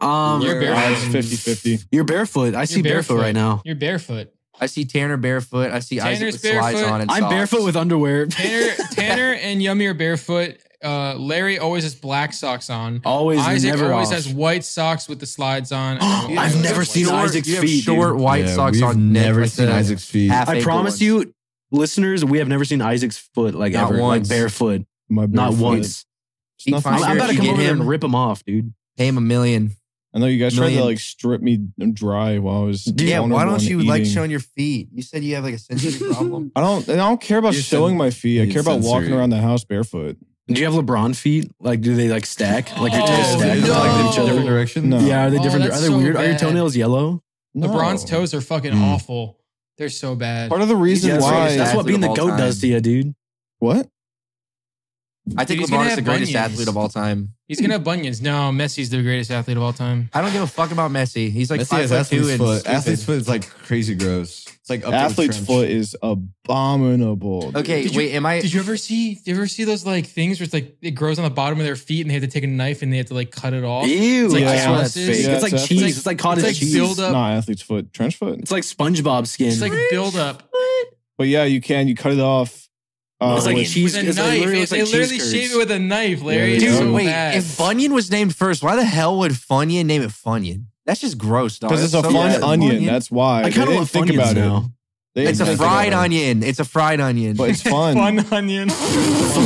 Um, You're you're barefoot. barefoot. It's 50 50. I see barefoot. barefoot. right now. you're barefoot. I see Tanner barefoot. I see Isaac Tanner's with slides barefoot. on. And I'm socks. barefoot with underwear. Tanner, Tanner and Yummy are barefoot. Uh, Larry always has black socks on. Always, Isaac never always off. has white socks with the slides on. You I've have never short- seen you have Isaac's you have feet, dude. Short white Yeah, socks we've on. Nick, Never like seen the Isaac's feet. half-ankle I promise ones. you, listeners, we have never seen Isaac's foot like Not ever, once. like barefoot, My bare not foot. once. It's He nothing. finds I'm, I'm sure about if to you come get over him- there and rip him off, dude. Pay him a million. I know you guys tried to Million. like strip me dry while I was. yeah, vulnerable why don't and you like eating. showing your feet? You said you have like a sensitive problem. I don't. and I don't care about You're showing sen- my feet. I you're care about walking sensory. around the house barefoot. Do you have LeBron feet? Like, do they like stack? Like your Oh, toes stack no. like in each other? Different direction. No. Yeah, are they Oh, different? that's Are they so weird? Are your bad. toron's yellow? LeBron's No. toes are fucking Mm. awful. They're so bad. Part of the reason Yeah, that's, why. right. that's what Athlete being the of goat all does to you, dude. what? I think Dude, he's gonna LeBron is have the greatest bunions. athlete of all time. He's gonna have bunions. No, Messi's the greatest athlete of all time. I don't give a fuck about Messi. He's like Messi five has foot two athlete's and foot. stupid. Athlete's foot is like crazy gross. It's like up to the Athlete's trench. foot is abominable. Okay, Did you- wait, am I? Did you ever see? Did you ever see those like things where it's like it grows on the bottom of their feet and they have to take a knife and they have to like cut it off? Ew, It's like I swear that's calluses. fake. Yeah, it's like it's cheese. definitely- It's like it's cottage like cheese. build up. Not athlete's foot, trench foot. It's like SpongeBob skin. It's like build up. But yeah, you can. You cut it off. Uh, It's like with- cheese- With a it's like knife. literally They- looks they like cheese literally curds. shave it with a knife, Larry. Yeah, It's they Dude, do. so wait. bad. If Bunyan was named first, why the hell would Funyon name it Funyon? That's just gross, dog. because it's a That's so fun bad. onion. Funyon. That's why. I They kind of didn't want think Funyuns about it. now. They didn't It's a think fried about it. onion. It's a fried onion. But it's fun. fun onion.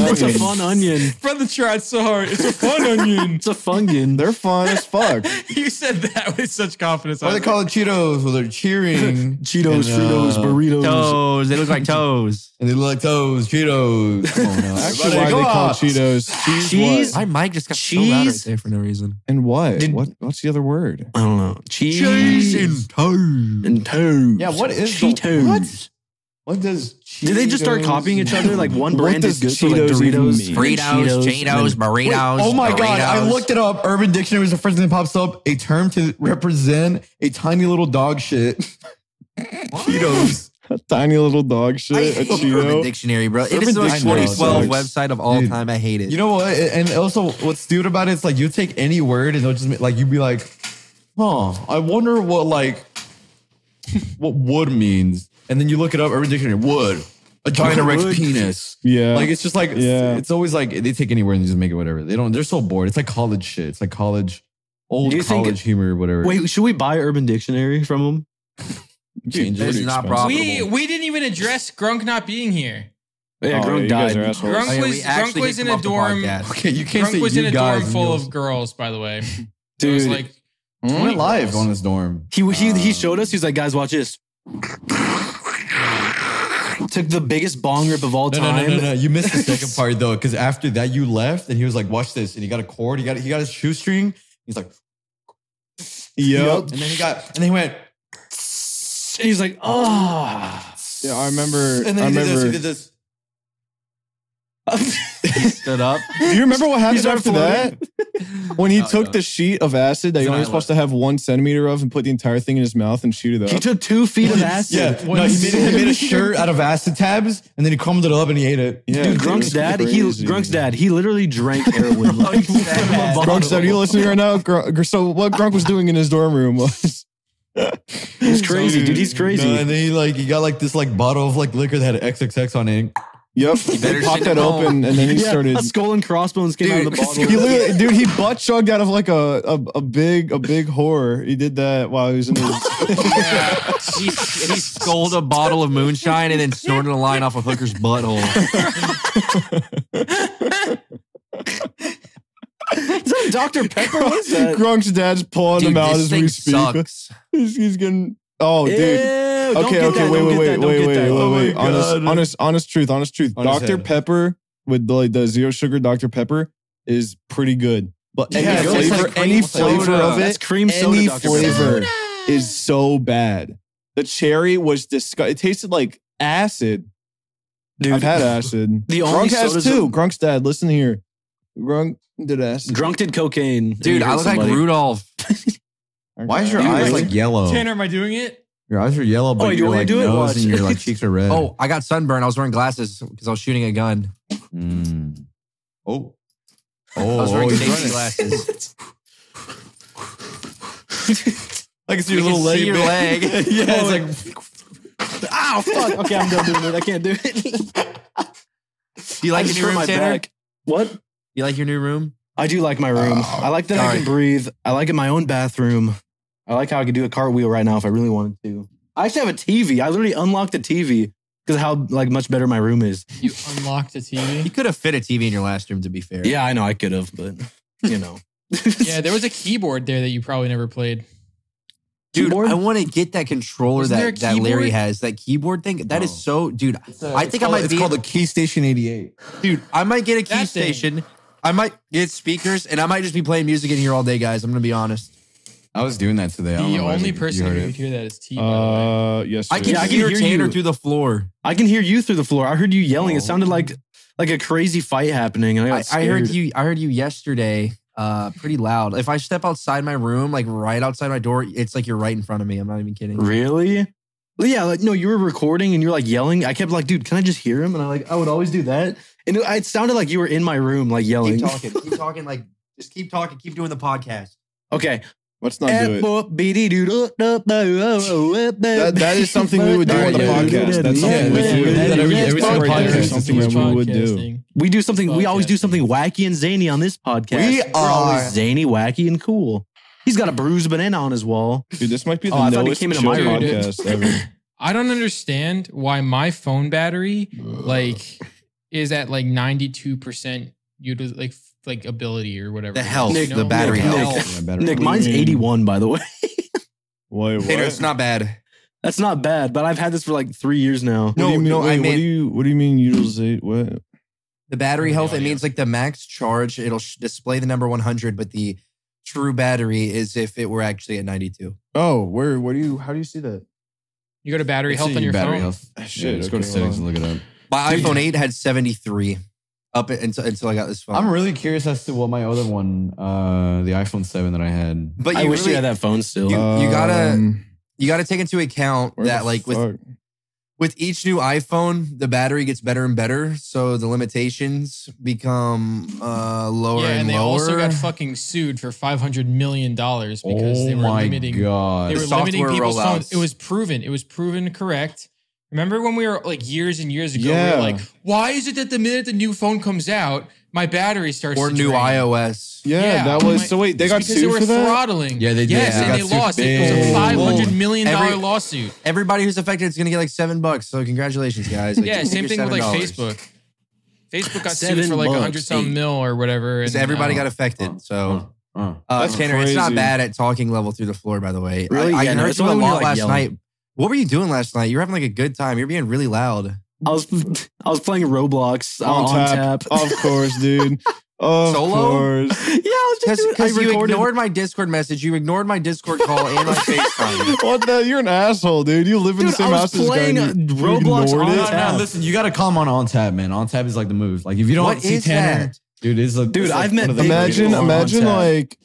It's a fun onion. Brother tried so hard. It's a fun onion. It's a fungion. They're fun as fuck. you said that with such confidence. Why they call it Cheetos? Well, they're cheering. Cheetos, And, uh, Fritos, burritos. toes. They look like toes. And they look like those Cheetos. Come on now. Actually, why they oh, call Cheetos cheese? Cheese? what? My mic just got so loud right Cheese. there for no reason. And what? Did- what? What's the other word? I don't know. Cheese, toes. and toes. Yeah, what is the- Cheetos? what? What does Cheetos? Did they just start copying each other? Like one What brand does is good for like Cheetos even Doritos, mean? Fritos, Cheetos, and Wait, burritos. oh my god! I Doritos. looked it up. Urban Dictionary was the first thing that pops up. A term to represent a tiny little dog shit. Cheetos. A tiny little dog shit. I A hate Urban Cheeto. Dictionary, bro. It Urban is the most Dictionary 2012 sucks. website of all Dude. time. I hate it. You know what? And also, what's dude about it? It's like you take any word and they'll just make, like you'd be like, "Huh? I wonder what like what wood means." And then you look it up. Urban Dictionary: wood, a giant erect Wood. penis. Yeah. Like it's just like Yeah. it's always like they take anywhere and just make it whatever. They don't. They're so bored. It's like college shit. It's like college, old Do you think- college humor, or whatever. Wait, should we buy Urban Dictionary from them? It's changes. Pretty not expensive. profitable. We we didn't even address Grunk not being here. Yeah, Oh, Grunk you guys died. are assholes. Grunk Oh, yeah, we was Grunk actually was kicked in him a off the dorm. podcast. Okay, you can't Grunk was say in you a guys. dorm Hmm? full of girls, by the way. It was Dude, like We went live on this dorm. he he, he showed us. He's like, guys, watch this. Took the biggest bong rip of all No, no, time. no, no, no. You missed the second part though, because after that you left, and he was like, "Watch this," and he got a cord. He got he got his shoestring. He's like, Yep. and then he got, and then he went. And he's like, oh. Yeah, I remember. And I then he did this. He remember. did this. stood up. Do you remember what happened He's not after that? When he No, took no. the sheet of acid that you're Then only I supposed to have one centimeter of and put the entire thing in his mouth and shoot it up. He took two feet of acid. Yeah, no, he made, he made a shirt out of acid tabs, and then he crumbled it up and he ate it. Yeah, Dude, it Grunk's was dad, he crazy. Grunk's dad, he literally drank heroin. Like, from a bottle. Grunk's dad, are you listening right now? Grunk, so what Grunk was doing in his dorm room was He's crazy, dude. He's crazy. No, and then he like he got like this like bottle of like liquor that had XXX on it. Yep. better He popped sit that home. open and then he Yeah, started. a skull and crossbones came out of the Dude, bottle. He literally, dude, he butt chugged out of like a, a a big a big horror. He did that while he was in his. Yeah. he, he sculled a bottle of moonshine and then snorted a line off a hooker's butthole. is that Dr. Pepper? What is that? Grunk's dad's pulling Dude, him out this as thing we speak. sucks. He's, he's getting. Oh, Ew, dude. don't okay, get okay, that, wait, don't wait, get wait, that, don't wait, get wait, that. wait, Oh my wait. Honest, God. honest, honest truth, honest truth. On his Dr. head. Pepper with the, like the zero sugar Dr. Pepper is pretty good, but Yeah, any it tastes flavor, like any cream flavor soda. of That's it, cream soda, any Dr. flavor Pepper. is so bad. The cherry was disgusting. It tasted like acid. Dude, I've had acid. The only Grunk has sodas- too. Grunk's dad, listen here. Grunk did acid. Drunk did cocaine. and Dude, he I hurt look like somebody. Rudolph. Why is your Dude, eyes really? like yellow? Tanner, am I doing it? Your eyes are yellow, but Oh, you your wanna like do it? nose Watch. and your like cheeks are red. Oh, I got sunburn. I was wearing glasses because I was shooting a gun. Mm. oh, I was oh, wearing oh, he's safety running. glasses. I can see We your can little see leg. your man. leg. yeah, it's like Oh fuck! Okay, I'm done doing it. I can't do it. Do you I like your just new hurt room, my Tanner? back. What? You like your new room? I do like my room. Oh, I like that I sorry. can breathe. I like in my own bathroom. I like how I could do a cartwheel right now if I really wanted to. I actually have a TV. I literally unlocked the TV because of how like much better my room is. You unlocked a You TV. could have fit a TV in your last room, to be fair. Yeah, I know I could have, but you know. Yeah, there was a keyboard there that you probably never played. dude, Keyboard? I want to get that controller Isn't there a that, that Larry keyboard? has. That keyboard thing. That is so, dude. I think I might It's be- called the KeyStation 88. Dude, I might get a key That thing. station. I might get speakers, and I might just be playing music in here all day, guys. I'm gonna be honest. I was doing that today. I don't the know why only you- you person heard who it. could hear that is T. by the way. Uh, yes. I can Yeah, I can hear, hear Tanner you. through the floor. I can hear you through the floor. I heard you yelling. Oh. It sounded like like a crazy fight happening. And I, I, got I heard scared. you. I heard you yesterday. Uh, pretty loud. If I step outside my room, like right outside my door, it's like you're right in front of me. I'm not even kidding. Really? Yeah, like no, you were recording and you were like yelling. I kept like, dude, can I just hear him? And I like, I would always do that. And it, it sounded like you were in my room, like yelling. Keep talking. Keep talking. Like just keep talking. Keep doing the podcast. Okay. Let's not do it. That, That, that is something we would do on the Yeah, dude. podcast. That's Yeah, something we yeah, do. yeah, That every, yeah, every yeah, single yeah, podcast yeah, is something that we would do. Podcasting. We do something. We always do Podcasting. something wacky and zany on this podcast. We We're always are- zany, wacky, and cool. He's got a bruised banana on his wall. Dude, this might be the Oh, I thought it lowest came chill into my room. podcast ever. I don't understand why my phone battery like is at like 92% util- like f- like ability or whatever. The it is, health, you the battery Like, health. Yeah, better. Nick, do you mine's mean? 81, by the way. Wait, what? Tanner, it's not bad. That's not bad, but I've had this for like three years now. What do No, you mean, no, I wait, what meant- do you what do you mean utilization? What? The battery Oh, health, it yeah. means like the max charge, it'll sh- display the number 100, but the true battery is if it were actually at 92. Oh, where? What do you? How do you see that? You go to battery It's health in on your battery phone. health. Shit, Yeah, just go to okay, settings well. and look it up. My Dude. iPhone 8 had 73 up until, until I got this phone. I'm really curious as to what my other one, uh, the iPhone 7 that I had. but you I wish really, you had that phone still. You- you gotta- Um, you got to take into account where that the like with fuck? with each new iPhone, the battery gets better and better, so the limitations become uh lower Yeah, and, and they lower. also got fucking sued for 500 million dollars because oh they were my limiting god! they were The limiting software people's phones. rollouts. It was proven. It was proven correct. Remember when we were like years and years ago, we Yeah. were like, why is it that the minute the new phone comes out, my battery starts or to new drain? iOS. Yeah, Yeah, that I'm was like- so. Wait, they It's got because they sued were for that. throttling. Yeah, they did. Yes, They and got they sued lost. It was a big. five hundred million dollar Every- lawsuit. Everybody who's affected is gonna get like seven bucks. So congratulations, guys. Like, Yeah, just take same your thing with like $7. Facebook. Facebook got Seven sued for like a bucks, hundred some eight. mil or whatever. Because and, everybody uh, got affected. So Uh, Uh, That's Tanner, it's not crazy. bad at talking level through the floor, by the way. Really? I, I Yeah, no, heard it's you a only when you're, lot like, last yelling. night. What were you doing last night? You were having like a good time. You're being really loud. I was I was playing Roblox uh, on, On tap, Oh. tap. of course, dude. Of Solo? course. yeah, I was just doing, I Because you recorded. ignored my Discord message, you ignored my Discord call and my FaceTime. What the? You're an asshole, dude. You live in Dude, the same I was house as this guy. playing, and you- uh, you Roblox ignored on it? and tap. no, no, listen, you gotta calm on on tap, man. On tap is like the move. Like if you don't What see is Tanner, that? dude, it's like Dude, it's like I've met one of the big Imagine, biggest people on imagine tap. like.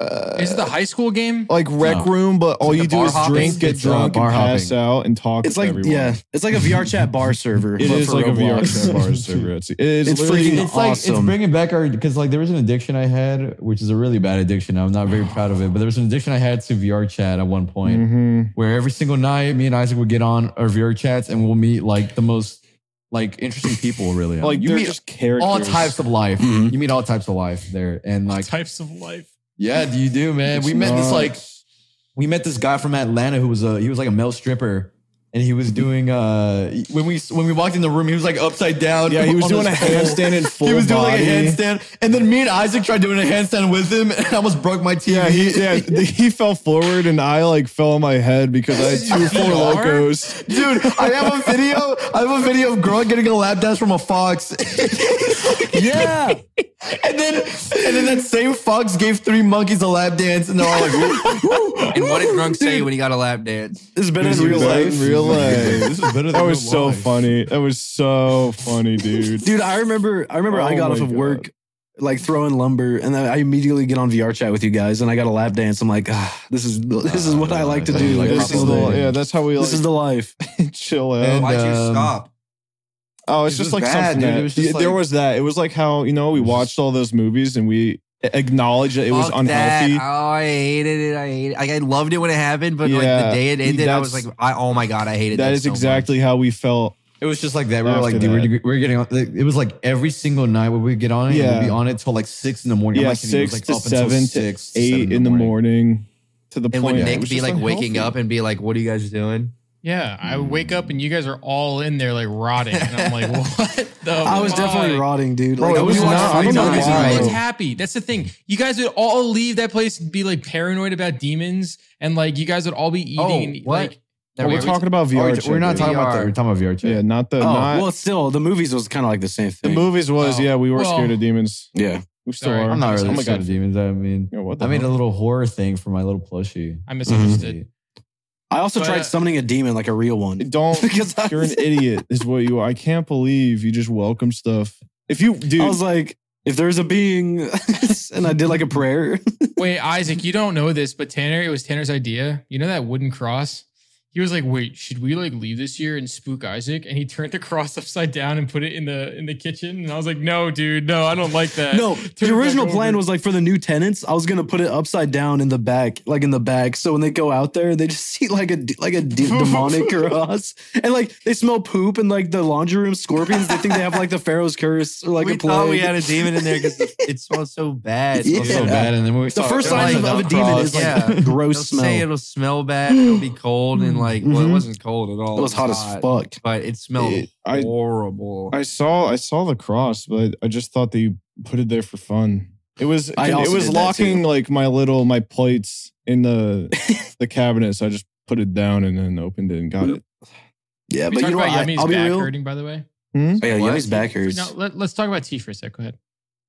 Uh, Is it the high school game? like rec No. room, but all like you the do bar is hopping. drink, get It's, uh, drunk, bar and pass hopping. out and talk. It's with like everyone. yeah, it's like a VR chat bar server. It but is for like a Roblox. VR chat bar server. It's, it is It's literally freaking it's like it's awesome. bringing back our because like there was an addiction I had, which is a really bad addiction. I'm not very proud of it, but there was an addiction I had to VR chat at one point, Mm. Mhm. where every single night me and Isaac would get on our VR chats and we'll meet like the most like interesting people. Really, Like you they're meet just characters. all types of life. Mhm. You meet all types of life there, and like Types of life. yeah, you do, man. we It's met nuts. this like we met this guy from Atlanta who was a he was like a male stripper. And he was doing uh when we when we walked in the room, he was like upside down. Yeah, he was on doing a this pole. handstand in full He was doing body. like a handstand, and then me and Isaac tried doing a handstand with him, and I almost broke my TV. Yeah, he yeah th- he fell forward and I like fell on my head because I had two four VR? locos. Dude, I have a video. I have a video of girl getting a lap dance from a fox. yeah, and then and then that same fox gave three monkeys a lap dance, and they're all like, "Woo, woo, And what did Drunk say Dude. when he got a lap dance? It's better This than is real better life. than real life. This is better than That was real so life. funny. That was so funny, dude. Dude, I remember I remember I Oh got off my of work like throwing lumber and then I immediately get on VR chat with you guys and I got a lap dance. I'm like, ah, this is this is Ah, what I real like to life. do. Like this is proper the, dating. yeah, that's how we like this is the life. chill out. And, Why'd you um, stop? Oh, it's It just was like bad, something dude. that It was just yeah, there like- was that. It was like how you know we It was watched all those movies and we acknowledge that it was Fuck unhealthy. That. Oh, I hated it. I hated it. Like I loved it when it happened, but like Yeah. the day it ended, I was like, That's- I, oh my god, I hated that that is so much. exactly how we felt. It was just like that. We were After like, dude, we're, that. we we're getting on. like, It was like every single night where we get on it, yeah. Yeah. we'd be on it till like six in the morning. I'm Yeah, like, and it was, six like, to up until seven to six, eight seven in the morning. To the And point would that it Nick was be just like waking unhealthy. up and be like, "What are you guys doing?" Yeah, I wake up and you guys are all in there like rotting, and I'm like, what the? I was fuck? definitely rotting, dude. Bro, Like, it I was was not- watching I free don't know No, Why? you movies. guys looked and- happy. That's the thing. You guys would all leave that place and be like paranoid about demons, and like you guys would all be eating. Oh, and, what? Like, There Oh, we we're are. talking about Oh, VR. we're, we're not chat, talking about that. VR. We're talking about VR dude. chat. Yeah, not the. Oh, not, well, still, the movies was kind of like the same the thing. movies was. Oh. yeah, we were Well- scared of demons. yeah. We still Sorry. are. I'm I'm not Oh really my scared of god. demons. I mean, Yeah, what the I made a hell? little horror thing for my little plushie. I misunderstood. I also But- tried summoning a demon, like a real one. Don't. Because I, You're an idiot, is what you are. I can't believe you just welcome stuff. If you, dude, I was like, if there's a being, and I did like a prayer. Wait, Isaac, you don't know this, but Tanner, it was Tanner's idea. You know that wooden cross? He was like, "Wait, should we like leave this here and spook Isaac?" And he turned the cross upside down and put it in the in the kitchen. And I was like, "No, dude, no, I don't like that." No, Turn the it original back plan over. was like for the new tenants, I was gonna put it upside down in the back, like in the back. So when they go out there, they just see like a de- like a de- demonic cross, and like they smell poop and like the laundry room scorpions. They think they have like the pharaoh's curse or like we a thought plague. we had a demon in there because it smells so bad. It smells It was Yeah. so bad, and then when we the saw it, first we're sign sign of, like, the of a "Oh, demon cross." is like yeah. gross They'll smell. say It it'll smell bad. It'll be cold and like well, it Mm-hmm. Mhm. wasn't cold at all. was hot as fuck. but it smelled It- I- horrible. I saw, I saw the cross, but I just thought that you put it there for fun. It was, I it also was did that locking too. like my little my plates in the the cabinet, so I just put it down and then opened it and got it. Yeah, but We you talked know, about what, I, Yummy's will be back real. hurting, by the way. Hmm? Oh, yeah, What? Yummy's back hurts. No, let, us talk about T for a sec. Go ahead.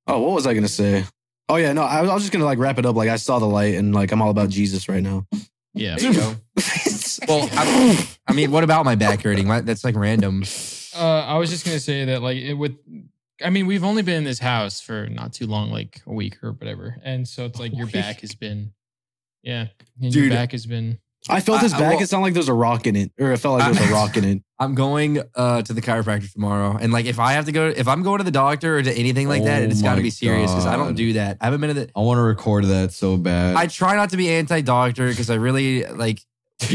Oh, what was I gonna say? Oh yeah, no, I, was- I was just gonna like wrap it up. Like I saw the light, and like I'm all about Jesus right now. Yeah. There you go. Well, I, I mean, what about my back hurting? My- That's like random. Uh, I was just gonna say that, like, it with. I mean, we've only been in this house for not too long, like a week or whatever, and so it's like your back has been, yeah, and Dude. your back has been. I felt his I- I back. will- it sounded like there's a rock in it, or it felt like there's I- a rock in it. I'm going uh, to the chiropractor tomorrow, and like if I have to go, if I'm going to the doctor or to anything like that, Oh it's got to my be serious because I don't God. do that. I haven't been to the. I want to record that so bad. I try not to be anti-doctor because I really like.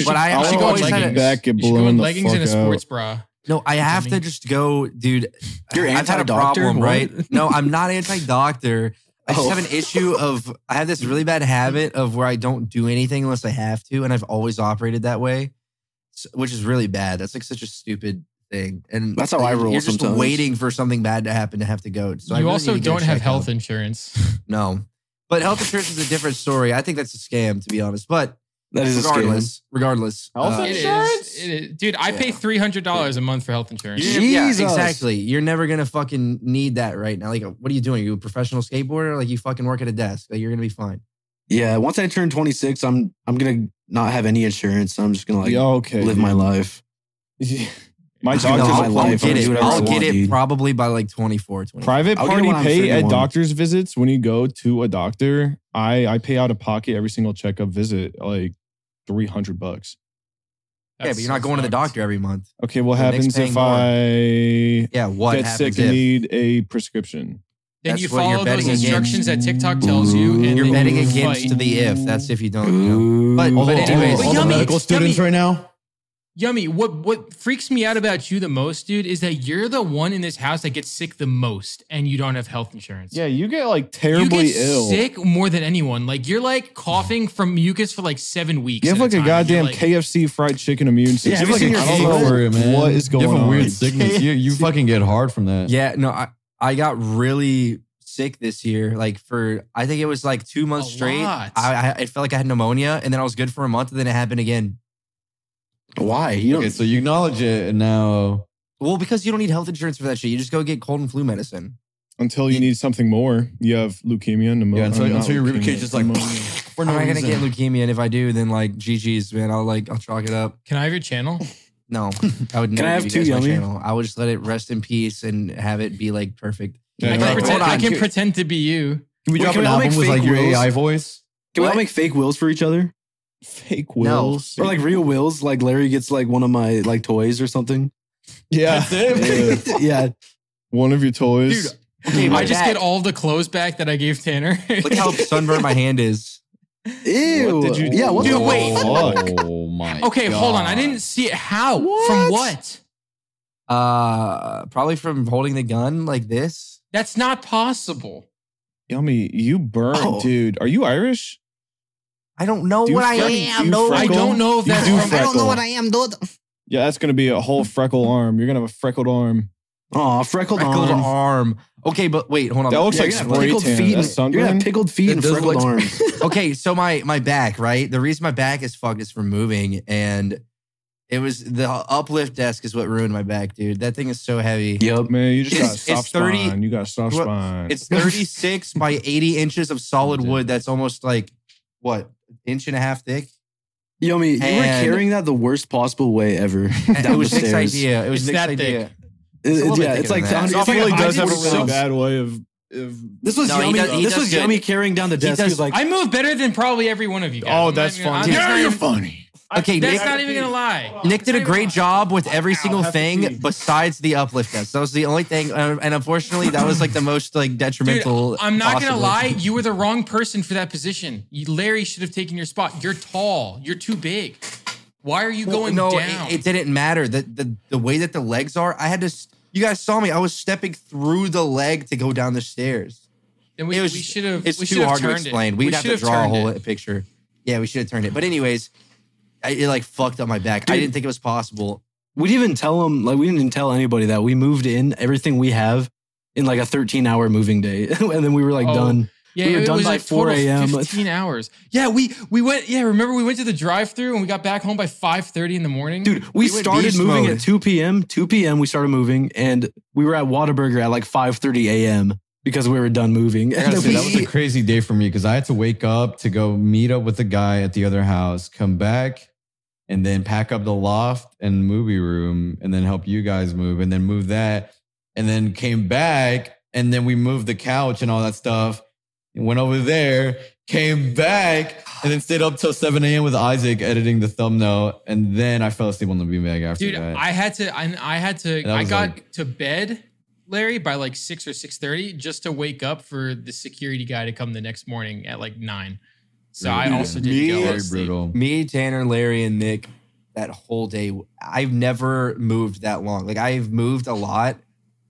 But I I actually want always my had a- back get You should go blown in the leggings and a fuck out. sports bra. No, I have to Dummy. just go, dude. You're I've had a anti-doctor? problem, What? right? No, I'm not anti-doctor. I just Oh. have an issue of I have this really bad habit of where I don't do anything unless I have to, and I've always operated that way, s- which is really bad. That's like such a stupid thing. And That's how I you're- roll You're just sometimes. waiting for something bad to happen to have to go. So I you really also need to get don't it have checked health out. insurance. No, but health insurance is a different story. I think that's a scam, to be honest. But That is a scam. regardless, regardless, Health uh, It is- Insurance? it is- dude. I pay Yeah. three hundred dollars a month for health insurance. Yeah. You're- yeah, Jesus. exactly. You're never gonna fucking need that right now. Like, what are you doing? Are you a professional skateboarder? Like, you fucking work at a desk. Like, you're gonna be fine. Yeah, once I turn 26, I'm I'm gonna not have any insurance. I'm just gonna like yeah, okay. live my life. my Just gonna doctor's live I'll, my I'll life. get I'll do it. whatever I I'll get want, it dude. probably by like 24, 25. Private I'll get party one on pay at 31. doctor's visits when you go to a doctor. I I pay out of pocket every single checkup visit, like three hundred bucks. Yeah, but you're not going to the doctor every month. Okay, what So Nick's happens paying if more. I Yeah, what get happens sick if- and need a prescription? Then That's you what you're follow those betting against. instructions that TikTok tells you, and you're then betting you against fight. the if. That's if you don't. You know. Ooh. But- all, but the- all the- anyways- all the Yummy, medical students yummy. right now. Yummy, what what freaks me out about you the most, dude, is that you're the one in this house that gets sick the most, and you don't have health insurance. Yeah, you get like you terribly get ill. sick more than anyone. Like you're like coughing from mucus for like seven weeks. You have at like a time. goddamn You're like- KFC fried chicken immune system. have you Like, seen I your don't fever? know Worry, man. what is going you have a on. weird sickness. You, you fucking get hard from that. Yeah, no, I I got really sick this year. Like for I think it was like two months A straight. I, lot. I it felt like I had pneumonia, and then I was good for a month, and then it happened again. why? You don't Okay, so you acknowledge it, and now Well, because you don't need health insurance for that shit. You just go get cold and flu medicine. Until you need something more, you have leukemia and pneumonia. yeah, until, not until your rib leukemia, cage is like. pneumonia. for no I'm not gonna reason. get leukemia, and if I do, then like GG's, man. I'll like I'll chalk it up. Can I have your channel? No, I would never I have give two, you guys my yummy? channel. I would just let it rest in peace and have it be like perfect. Yeah, I no, can, pretend, hold I on, can dude. pretend to be you. Can Wait, we drop can an we all album make with like fake your wills? AI voice? can we all What? make fake wills for each other? fake No. wills Or like real wills, like Larry gets like one of my like toys or something. yeah. That's it? Yeah. yeah. One of your Oh. Dude, toys. Okay, I just get all the clothes back that I gave Tanner. Look how sunburned my hand is. Ew. What did you- yeah, what Dude, the wait. fuck? Oh my. okay, hold on. I God. didn't see it. How? From What? what? Uh, probably from holding the gun like this. That's not possible. Yummy, you burn, Oh. dude. Are you Irish? I don't know Do what I freckle- am. do No, I freckle? don't know if You that's do from. freckle. am, dude. Yeah, that's gonna be a whole freckle arm. You're gonna have a freckled arm. Aw, freckled, Freckled arm. arm. Okay, but wait, hold on. That looks Yeah, like you're gonna have spray pickled feet tan. That's and- You're gonna sunburn. have pickled feet It and does freckled look- arms. okay, so my my back, right? The reason my back is fucked is from moving, and it was the uplift desk is what ruined my back, dude. That thing is so heavy. yep. Man, you just got a It's- soft it's 30 spine. You got a soft What- spine. It's 36 by 80 inches of solid wood. That's almost like what inch and a half thick. Yomi, you were And- carrying that the worst possible way ever. it was Nick's Downstairs. idea. It was It's Nick's that idea. thick. It's a It- it- little yeah, bit it's thicker like than that. it's Soft like really does have a 146. really bad way of. of This was No, he Yomi. does- he this does was good. Yomi carrying down the He desk. He does- was like, I move better than probably every one of you guys. oh, I'm not that's even- I'm funny. just not even- funny. Okay, That's Nick- not even gonna lie. Nick did a great job with every single have to pee. thing besides the uplift desk. That was the only thing, uh, and unfortunately, that was like the most like Dude, detrimental. I'm not gonna possible. lie. You were the wrong person for that position. You- Larry should have taken your spot. You're tall. You're too big. Why are you going no, down? It, it didn't matter. The, the the way that the legs are, I had to. s- You guys saw me. I was stepping through the leg to go down the stairs. Then we, it was we should have. It's we should too have hard to turned it. explain. We We'd have should to draw a turned whole it. picture. Yeah, we should have turned it. But anyways, I, it like fucked up my back. I Dude. didn't think it was possible. we didn't even tell him. Like we didn't even tell anybody that we moved in everything we have in like a 13 hour moving day, and then we were like Oh. done. Yeah, We were it done was by a total 4 a.m.. 15 hours. Yeah, we we went. Yeah, remember we went to the drive-through and we got back home by 5:30 in the morning. Dude, we, We went started beast moving mode. at 2 p.m. 2 p.m. We started moving, and we were at Whataburger at like 5:30 a.m. because we were done moving. I And gotta then say, we- that was a crazy day for me because I had to wake up to go meet up with the guy at the other house, come back, and then pack up the loft and movie room, and then help you guys move, and then move that, and then came back, and then we moved the couch and all that stuff, and went over there, came back, and then stayed up till 7 a.m. with Isaac editing the thumbnail, and then I fell asleep on the beanbag after dude that. i had to i, I had to That i was got to bed larry by like 6 or 6.30 just to wake up for the security guy to come the next morning at like 9 so i Dude, also didn't me- go very to sleep. brutal. Me, Tanner, Larry, and Nick. That whole day, I've never moved that long. Like I've moved a lot,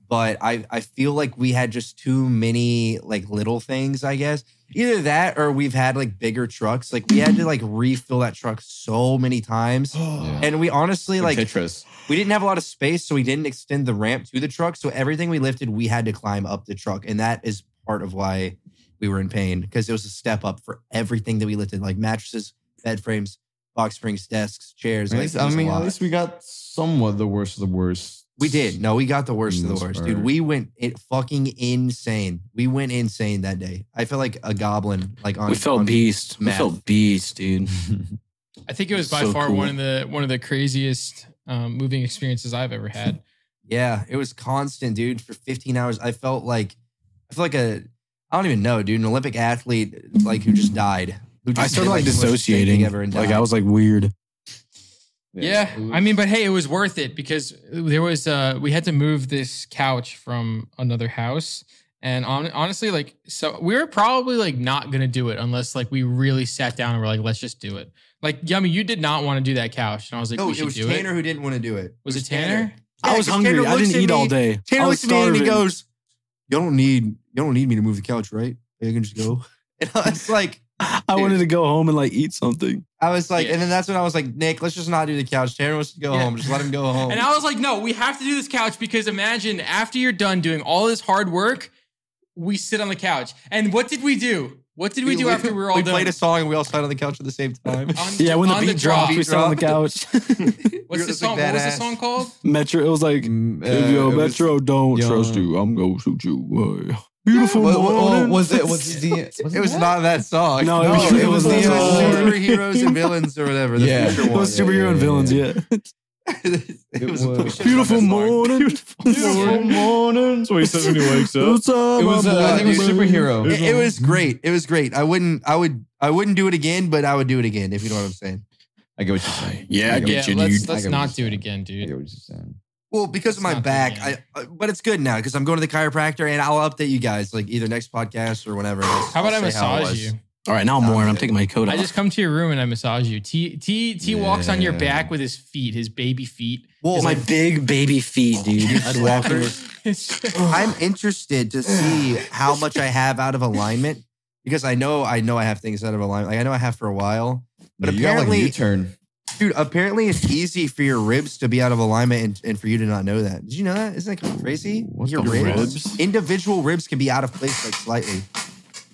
but I I feel like we had just too many like little things. I guess either that or we've had like bigger trucks. Like we had to like refill that truck so many times, Yeah. and we honestly like Tetris. we didn't have a lot of space, so we didn't extend the ramp to the truck. So everything we lifted, we had to climb up the truck, and that is part of why we were in pain because it was a step up for everything that we lifted, like mattresses, bed frames, box springs, desks, chairs. At like, least, it I was a mean, at lot. least we got somewhat the worst of the worst. we did. No, we got the worst of the Most worst, part. dude. We went it fucking insane. We went insane that day. I felt like a goblin. Like on we felt on- beast. We meth. felt beast, dude. i think it was by So far cool. one of the one of the craziest um, moving experiences i've ever had Yeah, it was constant, dude. For 15 hours, I felt like I felt like a I don't even know, dude, an Olympic athlete like who just died. Who just I started did, like the most insane dissociating. thing ever and Like died. I was like weird. yeah, i mean but hey it was worth it because there was uh we had to move this couch from another house and on, honestly like so we were probably like not gonna do it unless like we really sat down and were like let's just do it like yummy you did not want to do that couch and i was like no, we it should was do Tanner it who didn't want to do it. was it was tanner, Tanner. I Yeah, was 'cause hungry. Tanner I looks didn't at eat all me- day. I Tanner looks was at me and he starving. goes, You don't need you don't need me to move the couch, right? You can just go. And I was like, I wanted to go home and like eat something. I was like, Yeah. and then that's when I was like, Nick, let's just not do the couch. Tanner wants to go Yeah. home. Just let him go home. And I was like, no, we have to do this couch because imagine after you're done doing all this hard work, we sit on the couch. And what did we do? What did we, do after we were all we done? played a song and we all sat on the couch at the same time. On- Yeah, when the on beat dropped, drop. we sat on the couch. What's You're the just like song? What was the badass. song called? Metro, it was like Mm, If uh, your it was- Metro don't yo. trust you, I'm gonna shoot you. Uh, Beautiful Wa- wa- oh, morning. was it? Was it the? Was It was not that song. No, it No, was- it it was was the, the, uh, superheroes and villains or whatever. The Yeah. future It one. was Yeah, superhero yeah, and yeah, villains, yeah. it was, was. we should've Beautiful done that song. morning. Beautiful morning. morning. That's what he says when he wakes up. It was. Uh, I think it was superhero. It, it was great. It was great. I wouldn't. I would. I wouldn't do it again, but I would do it again if you know what I'm saying. I get what you're saying. Yeah, I get Yeah, what you're let's, saying. I let's get what not you're do it saying. again, I get dude. what you're saying. Well, because of my That's not back, good, man. I, I- but it's good now because I'm going to the chiropractor and I'll update you guys like either next podcast or whenever. How about I massage you? All right, now I'm warm. I'm taking my coat off. I just come to your room and I massage you. T T T walks on your Yeah. back with his feet, his baby feet. Well, It's my big baby feet, dude. I'd walk over. I'm interested to see how much I have out of alignment because I know I know I have things out of alignment. Like I know I have for a while, but you got like a apparently, U-turn. dude, apparently it's easy for your ribs to be out of alignment and, and for you to not know that. Did you know that? Isn't that kinda crazy? What your the ribs, ribs? individual ribs, can be out of place like slightly.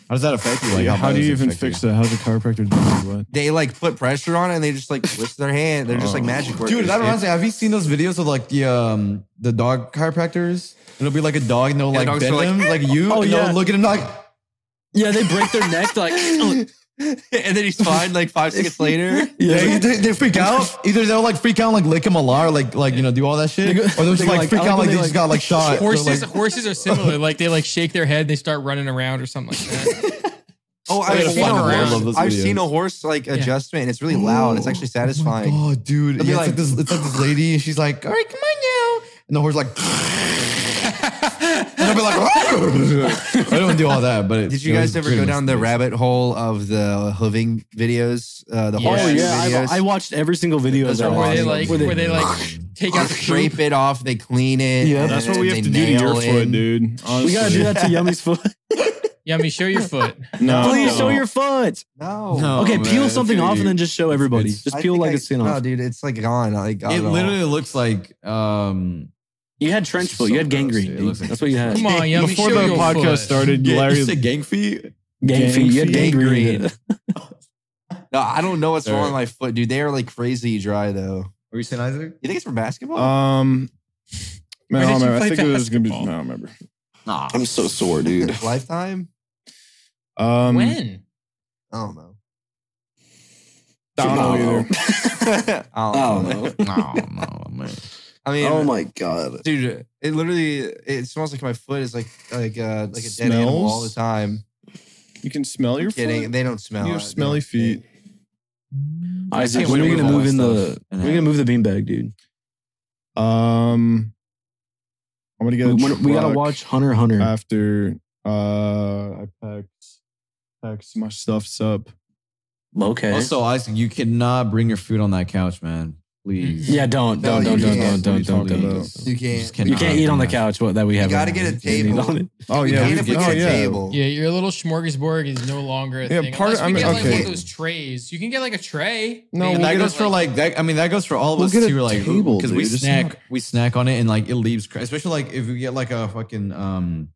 How does that affect you? Like, Like, how bad do does you it even affect fix that? How's a chiropractor doing what? They like put pressure on it and they just like twist their hand. They're just Oh. like magic workers. Dude, that reminds me. Have you seen those videos of like the um the dog chiropractors? It'll be like a dog, and they'll Yeah, like dogs bend are like- him, like you. Oh, and they'll yeah. look at him like Yeah, they break their neck like oh, and then he's fine like five seconds later. yeah, they, they freak out. Either they'll like freak out, and, like lick him a lot, or like like you know do all that shit, They go- or they'll they just go like like- freak I like out when like they they, just like- got like shot. They're, horses like, horses are similar. Like they like shake their head and they start running around or something like that. Oh, I I've gotta seen a find more of horse. those I've videos. seen a horse like adjustment and it's really loud. It's actually satisfying. Oh, dude, They'll be yeah, like- it's, like this, it's like this lady, and she's like, "All right, come on now," and the horse like, and I'll be like, I don't do all that. But it- Did you it guys was ever pretty go much down the amazing. rabbit hole of the hooving videos? Uh, the Yeah. horse Oh Yes. yeah, videos. I, I watched every single video of Those that. are where they awesome. like Where where they- they, like take out the poop. scrape it off. They clean it. Yeah. and That's what we have they to do to your nail foot, in. dude. Honestly. we gotta do that to Yummy's foot. Yummy, show your foot. No, Please show no. your foot. No. No. Oh, Okay, peel man, something off dude. and then just show everybody. It's- Just I peel think like I- a skin No, off. dude, it's like gone. Like It literally looks like um You had trench foot. You had So gross, dude. gangrene. It dude. looks like- That's what you had. Come on, Yummy, Before show the your podcast foot. started, Yeah, Larry. you said gang feet. Gang feet. You had Gangrene. gangrene. No, I don't know what's Sir. wrong with my foot, dude. They are like crazy dry though. Were you saying Isaac? You think it's from basketball? um, man, Where I don't did you remember. I play think it was gonna be. No, I basketball? don't remember. Nah. I'm so sore, dude. Lifetime? Um, when? I don't know. I don't know Tomorrow. either. I don't Oh know. no. no, no, man. I mean, Oh my god. dude, it literally it smells like my foot is like like uh, like a dead animal Smells? all the time. You can smell your kidding. foot. They don't smell. You it. have They smelly don't- feet. Isaac, can't when are wait we to gonna move all move in my the? stuff. When are we gonna move the beanbag, dude? Um, I'm gonna get. We, A we gotta truck. watch Hunter x Hunter. after uh I packed packed my stuffs up. Uh, okay. Also, Isaac, you cannot bring your food on that couch, man. Please. yeah, don't, No, don't, you don't, don't, can't. don't, don't, don't, What are you don't, talking Please. about? You can't. just You cannot can't eat do on the that. couch what- that we have. gotta right get a now. You can't eat table. on it. Oh You yeah, can't we- if we oh get a yeah. table. Yeah, your little smorgasbord is no longer a Yeah, part thing. Part of- we I mean, get like one okay. of those trays. You can get like a tray. No, They And we'll that have get goes like- for like that. I mean, that goes for all of We'll us get a too. Like, table, because we dude. It's snack, not- we snack on it, and like it leaves. cra- Especially like if we get like a fucking um,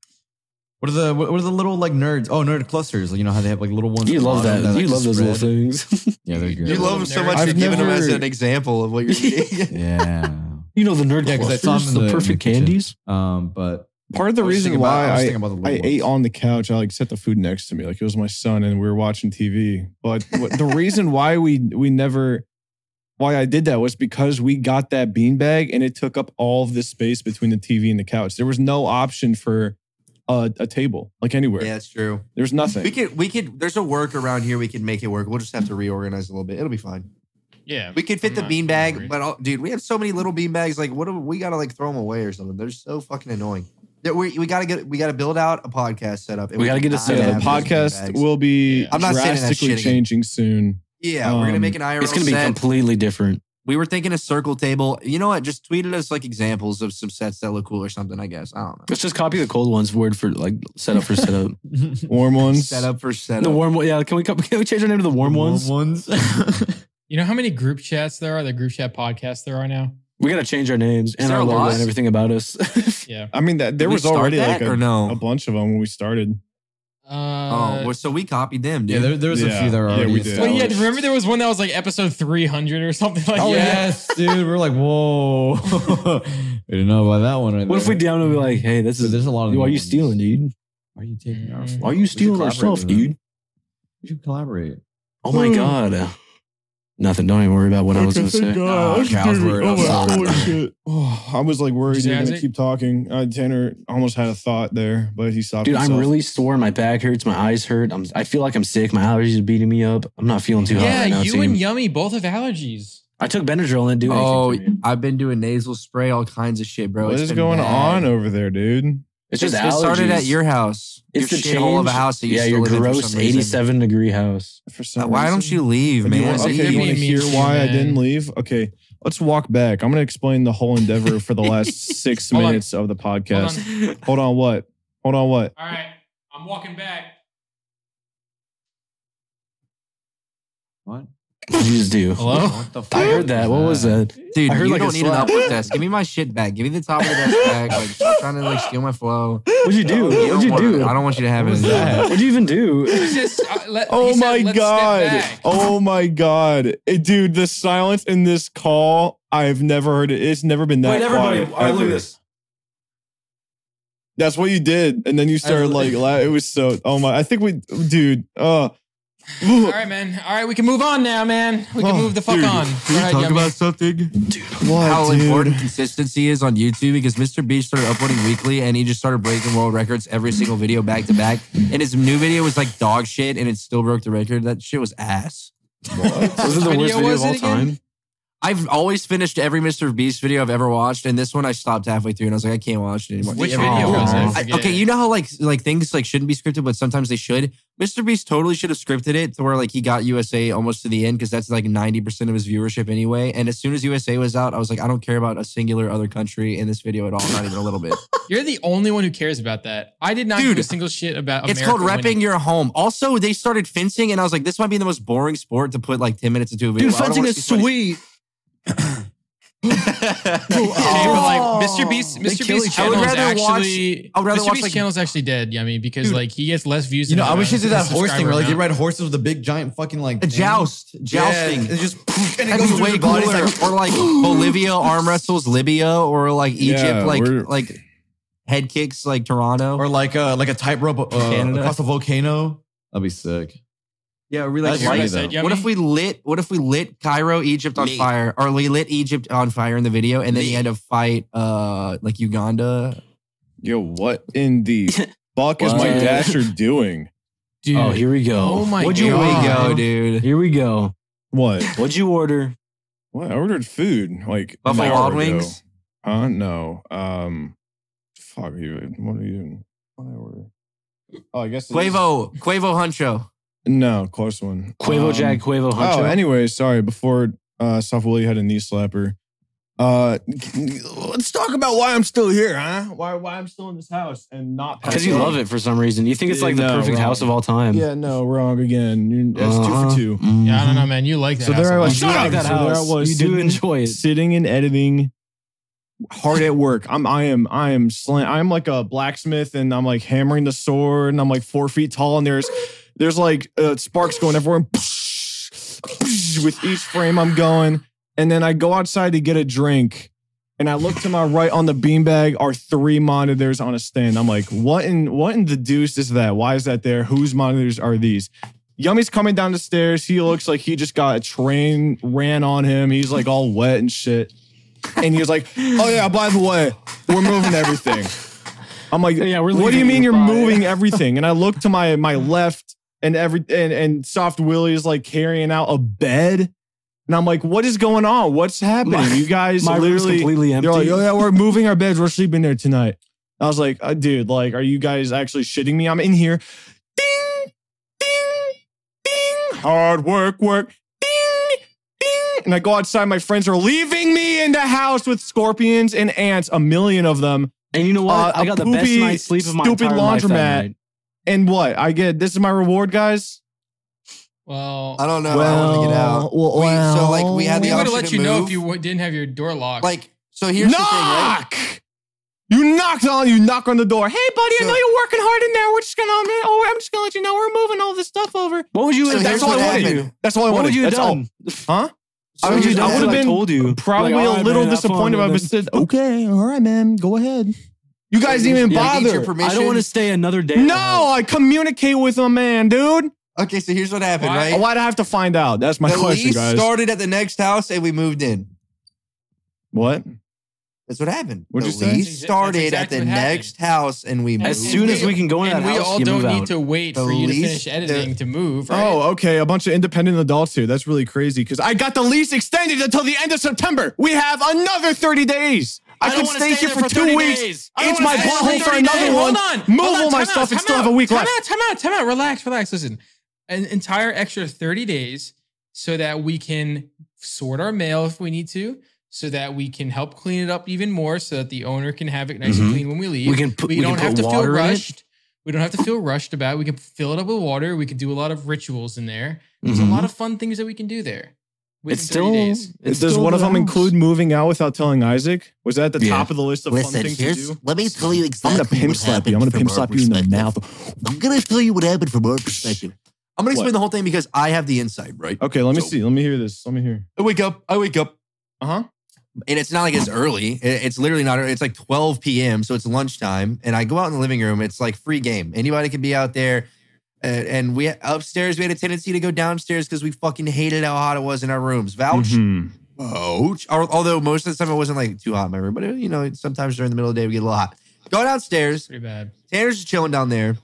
what are the what are the little like nerds? Oh, nerd clusters. You know how they have like little ones. You at the love bottom that. You like, love those little spread? things. Yeah, they're good. You love them so much. I've You've given them as never- an example of what you're eating. Yeah. you know the nerd Yeah, 'cause I clusters, saw them in the, the- in the perfect kitchen. candies. Um, but Part of the I was reason thinking about- why I was I, thinking about the little I ate ones. on the couch, I like set the food next to me, like it was my son, and we were watching TV. But what, the reason why we we never why I did that was because we got that beanbag and it took up all of this space between the TV and the couch. There was no option for a, a table, like anywhere. Yeah, it's true. There was nothing. We could, we could. There's a work around here. We could make it work. We'll just have to reorganize a little bit. It'll be fine. yeah, We could fit I'm the not beanbag, worried. but all, dude, we have so many little beanbags. Like, what? Do, we gotta like throw them away or something. They're so fucking annoying. That we, we gotta get. We gotta build out a podcast setup. and We gotta get a cannot setup. yeah, have the those podcast beanbags. will be Yeah. I'm not saying that drastically shit again. changing soon. Yeah, we're gonna um, make an IRL It's gonna be set. completely different. we were thinking a circle table. You know what? Just tweeted us like examples of some sets that look cool or something. I guess I don't know. Let's just copy the cold ones word for like setup for setup. Warm ones. Setup for setup. the warm one, yeah. Can we co- can we change our name to the warm, ones? you know how many group chats there are? The group chat podcasts there are now. We gotta change our names and there our a logo lot? and everything about us. Yeah. I mean, that Did there we was start already that like a, or no? a bunch of them when we started. Uh, oh, well, so we copied them, dude. yeah, there, there's a Yeah. few that are Yeah, already. we did. well, yeah. established. Remember there was one that was like episode three hundred or something like Oh that. yes, dude. We're like, whoa. we didn't know about that one. Right what if we there. down and be like, hey, this So is there's a lot of. why new are you ones. stealing, dude? Why are you taking our? Mm. Why are We you should stealing our collaborate stuff, with them. dude? We should collaborate. Oh Hmm. my god. Nothing. Don't even worry about what I was gonna say. Oh, Cal's word. I'm sorry. Oh, I was like worried Did you you were guys gonna eat? keep talking. Uh, Tanner almost had a thought there, but he stopped. Dude, I'm himself. really sore. My back hurts. My eyes hurt. I'm. I feel like I'm sick. My allergies are beating me up. I'm not feeling too hot Yeah, right now, you team. and Yummy both have allergies. I took Benadryl and it didn't do anything. Oh, for me. I've been doing nasal spray, all kinds of shit, bro. what It's is been going bad. on over there, dude? it's just it started at allergies. your house. It's your the shithole of a change. house that you yeah, still your live in for gross some reason. eighty-seven degree house. For some Uh, Why don't reason? you leave, Do you man? want- It okay, could you be want to me hear too, why I man. didn't leave? Okay, let's walk back. I'm going to explain the whole endeavor for the last six Hold on. minutes of the Hold podcast. on. Hold on. what? Hold on, what? All right, I'm walking back. What? What did you just do? Hello. What the fuck? I heard that. What was that? Dude, I heard you like a don't need an slap. upper desk. Give me my shit back. Give me the top of the desk back. Like, stop trying to like steal my flow. What'd you do? You What'd don't you want- do? I don't want you to have What it. was in that? there. What'd you even do? He's just, uh, let, Oh he said, my "Let's step god. back." Oh my god. Eh, dude, the silence in this call, I've never heard it. It's never been that quiet. ever. That's what you did. And then you started like la- it was so oh my I think we dude, uh All right, man. All right, we can move on now, man. We can Oh, move the fuck dude. Can on. All we right, talk Yummy. about something? what, How Oh, dude? important consistency is on YouTube because Mr. Beast started uploading weekly and he just started breaking world records every single video back to back. And his new video was like dog shit and it still broke the record. That shit was ass. Was it the worst Which video video was of all it again? time? I've always finished every Mr. Beast video I've ever watched, and this one I stopped halfway through and I was like, I can't watch it anymore. Which Yeah, video but- Oh, was it? I I- forget. okay, you know how like like things like shouldn't be scripted, but sometimes they should. Mr. Beast totally should have scripted it to where like he got USA almost to the end because that's like ninety percent of his viewership anyway. And as soon as USA was out, I was like, I don't care about a singular other country in this video at all, not even a little bit. You're the only one who cares about that. I did not Dude, give a single shit about. it's America called repping winning. your home. Also, they started fencing, and I was like, this might be the most boring sport to put like ten minutes into a video. Dude, I don't fencing wanna is see somebody- sweet. uh, They were like Oh. Mr. Beast. They Mr. kill Beast each other. channel is I would rather watch- actually. I would rather Mr. watch, Beast like- channel is actually dead, Yummy, because Dude. like he gets less views. You know, than I his wish they did own that horse thing subscriber where like they amount. ride horses with a big giant fucking like A thing. joust, Yeah, jousting. It's just and it That'd goes be through way your body. cooler. It's like or like Bolivia arm wrestles Libya, or like Egypt, Yeah, like we're- like head kicks like Toronto. or like a like a tightrope uh, Canada. across a volcano. That'd be sick. yeah, we like like. That's what I light, said, though. Yummy. what if we lit? What if we lit Cairo, Egypt on Me. fire, or we lit Egypt on fire in the video, and then he Me. had to fight uh like Uganda. Yo, what in the fuck is my What? dasher doing? Dude, Oh, here we go. Oh my What'd Here you we God. order? go, dude. Here we go. What? What'd you order? What? I ordered food like an Buffalo hour Wild ago. Wings? Huh? No. Um. Fuck you. What are you doing? What did I order? Oh, I guess it is- Quavo, Quavo Huncho. No, close one. Quavo Um, Jack, Quavo Huncho. Oh, anyway, sorry. Before uh, Soft Willie had a knee slapper. Uh, let's talk about why I'm still here, huh? Why why I'm still in this house and not Because you love it for some reason. You think it's like the No, perfect wrong. house of all time. Yeah, no, wrong again. You- That's Uh-huh. two for two. Mhm. Yeah, I don't know, man. You like that. So house there a I lot. was. You like that So there I house. was You do sitting- enjoy it. sitting and editing hard at work i'm i am i am slant i'm like a blacksmith and i'm like hammering the sword and i'm like four feet tall and there's there's like uh, sparks going everywhere and with each frame i'm going and then i go outside to get a drink and i look to my right on the beanbag are three monitors on a stand i'm like what in what in the deuce is that why is that there whose monitors are these Yummy's coming down the stairs. He looks like he just got a train ran on him. He's like all wet and shit. And he was like, "Oh yeah, by the way, we're moving everything." I'm like, Yeah, we're "What do you leaving. mean you're Bye." moving everything?" And I look to my my left, and every and and Soft Willie is like carrying out a bed, and I'm like, "What is going on? What's happening? My- you guys My room's literally completely empty. they're like, oh yeah, we're moving our beds. We're sleeping there tonight. I was like, uh, dude, like, are you guys actually shitting me? I'm in here. Ding, ding, ding. Hard work, work. Ding, ding. And I go outside. My friends are leaving me in the house with scorpions and ants, a million of them. And you know what? Uh, I a got the best poopy, night's sleep of my stupid entire life that laundromat. night. And what? I get this is my reward, guys. Well, I don't know. I want to get out. well, We- so, like, we had we the would have option let to you know move. if you w- didn't have your door locked. Like, so here's the thing, right? knock. You knocked on. You knock on the door. Hey, buddy, So- I know you're working hard in there. We're just gonna. Oh, I'm just gonna let you know we're moving all this stuff over. What would you? So here's that's all I what wanted. happened. That's all I What wanted. would you have That's all. done? Huh? I So would here's have the I thing. would've been told you. Like, Probably all a right, little man, have fun disappointed if I with just said, "Okay, all right, man, go ahead." You guys didn't even Yeah, I need your bother. it. I don't want to stay another day. No, I communicate with a man, dude. Okay, so here's what happened, Why- right? Why'd I have to find out? That's my the question, lease guys. started at the next house, and we moved in. what? That's what happened. What'd the you say? lease That's exa- started at that's exactly the what happened. next house, and we As moved. soon as we can go in and that we house, all you don't move need out. to wait The for you to least finish editing there- to move. Right? Oh, okay. A bunch of independent adults here. That's really crazy because I got the lease extended until the end of September. We have another 30 days. I, don't could wanna stay, stay here there for, for two 30 weeks. days. I don't It's wanna my stay there butthole for for 30 another days. one. Hold on. Move Hold on, all my time stuff out, and time still have out, a week time left. Out, time out, time out, relax, relax. Listen, an entire extra 30 days so that we can sort our mail if we need to, so that we can help clean it up even more, so that the owner can have it nice Mhm. and clean when we leave. We can put- we, we can don't have put to feel water in it. rushed. We don't have to feel rushed about it. We can fill it up with water. We can do a lot of rituals in there. There's Mhm. a lot of fun things that we can do there. within It's 30 still. days. It's Does still one of the them house. include moving out without telling Isaac? Was that at the Yeah. top of the list of fun Listen, things to here's- do? let me tell you I'm exactly. gonna pimp what slap you. I'm gonna happened from pimp our slap you in the perspective. mouth. I'm gonna tell you what happened from our perspective. I'm gonna explain What? the whole thing because I have the insight, right? Okay, let me So- see. Let me hear this. Let me hear. I wake up. I wake up. Uh huh. and it's not like it's early. It- It's literally not. It's like 12 p.m. So it's lunchtime, and I go out in the living room. It's like free game. Anybody could be out there. And, and we upstairs, we had a tendency to go downstairs because we fucking hated how hot it was in our rooms. Vouch, Mhm. vouch. Al- Although most of the time it wasn't like too hot in my room, but it- you know, sometimes during the middle of the day we get a little hot. Go downstairs. Pretty bad. Tanner's just chilling down there.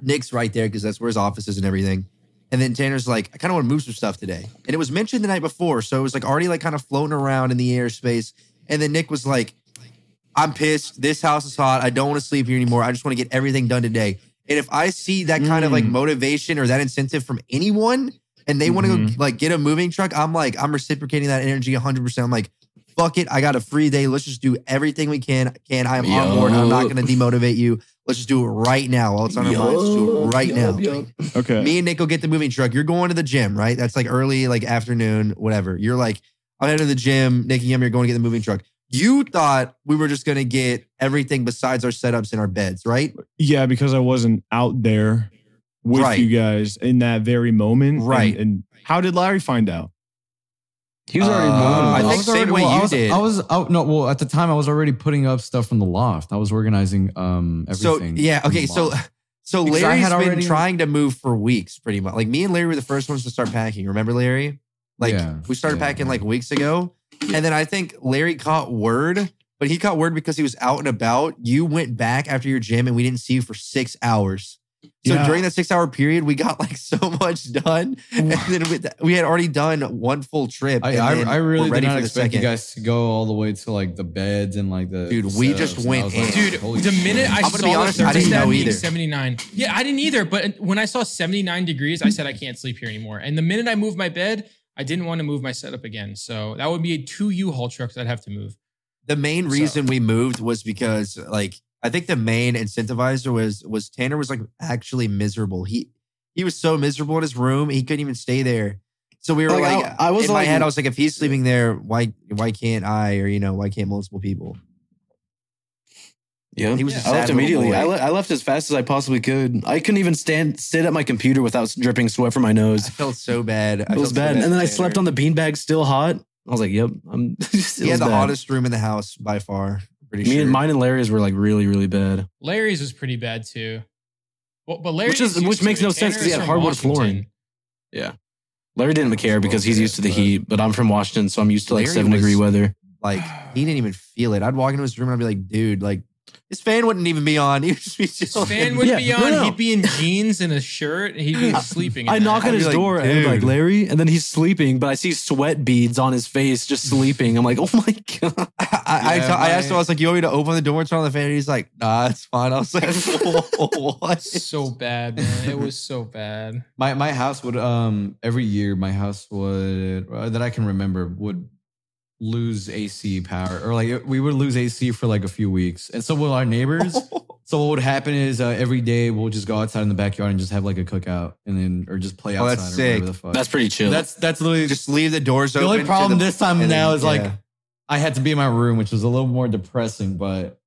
Nick's right there because that's where his office is and everything. And then Tanner's like, I kind of want to move some stuff today. And it was mentioned the night before. So it was like already like kind of floating around in the airspace. And then Nick was like, I'm pissed. This house is hot. I don't want to sleep here anymore. I just want to get everything done today. And if I see that kind of like Mm. motivation or that incentive from anyone and they want to go Mhm. like get a moving truck, I'm like, I'm reciprocating that energy 100%. I'm like, fuck it. I got a free day. Let's just do everything we can. Can I'm on board. I'm not Yup. going to demotivate you. Let's just do it right now. While it's on our minds, let's do it right now. Okay. Me and Nick will get the moving truck. You're going to the gym, right? That's like early, like afternoon, whatever. You're like, I'm headed to the gym. Nick and Yum, you're going to get the moving truck. You thought we were just going to get everything besides our setups and our beds, right? Yeah, because I wasn't out there with Right. you guys in that very moment. Right. And, and how did Larry find out? He was already Uh, moving. I I think was same already- way well, you I was, did. I was out. No, well, at the time I was already putting up stuff from the loft. I was organizing um everything. So yeah, from okay. the So loft. so Because I Larry's had been already- trying to move for weeks, pretty much. Like me and Larry were the first ones to start packing. Remember Larry? Like Yeah, we started yeah, packing yeah. like weeks ago, and then I think Larry caught word, but he caught word because he was out and about. You went back after your gym, and we didn't see you for six hours. So Yeah. during that six hour period, we got like so much done, and then we, we had already done one full trip. I, and I, then I we're really did ready not for the expect you second. guys to go all the way to like the beds and like the Dude, the we just setups, and I went was like, in. Dude, holy the shit. minute I I'm gonna be saw honest, the I didn't thermostat know being either. 79, yeah, I didn't either. But when I saw 79 degrees, I said I can't sleep here anymore. And the minute I moved my bed, I didn't want to move my setup again. So that would be two U-Haul trucks I'd have to move. the main So- reason we moved was because like I think the main incentivizer was was Tanner was like actually miserable. He he was so miserable in his room he couldn't even stay there. So we were Like, like, I- I was in my like- head I was like if he's sleeping there why why can't I or you know why can't multiple people? Yeah, He was a I sad left little immediately. boy. I, le- I left as fast as I possibly could. I couldn't even stand sit at my computer without s- dripping sweat from my I nose. felt so bad. I It felt was so bad. And then I for slept Tanner. on the beanbag, still hot. I was like, "Yep, I'm." it He was had the bad. hottest room in the house by far. I'm Pretty Me sure. and mine and Larry's were like really, really bad. Larry's was pretty bad too. Well, but Larry's Which is- used which to makes it. no sense 'cause he Tanner had is from hardwood Washington. flooring. Larry didn't care because he's used to the But- heat, but I'm from Washington, so I'm used to like Larry seven degree was- weather. Like he didn't even feel it. I'd walk into his room and I'd be like, dude, like his fan wouldn't even be on. He would just be His chilling. fan would Oh, Yeah, be no, on. no. He'd be in jeans and a shirt, and he'd be I- sleeping. in I that. knock I'd on be his like, door and I'm like "Dude." Larry, and then he's sleeping, but I see sweat beads on his face just sleeping. I'm like, oh my god. I, I, Yeah, t- I asked him, I my- was like, you want me to open the door and turn on the fan? And he's like, nah, it's fine. I was like, what? So bad, man. It was so bad. My my house would um every year my house would uh, that I can remember would lose AC power or like we would lose AC for like a few weeks and so will our neighbors. so what would happen is uh, every day we'll just go outside in the backyard and just have like a cookout and then or just play Oh, outside that's or sick. whatever the fuck. That's pretty chill. that's that's literally just just leave the doors the open. only to problem the- this time and now then- is like yeah. I had to be in my room which was a little more depressing but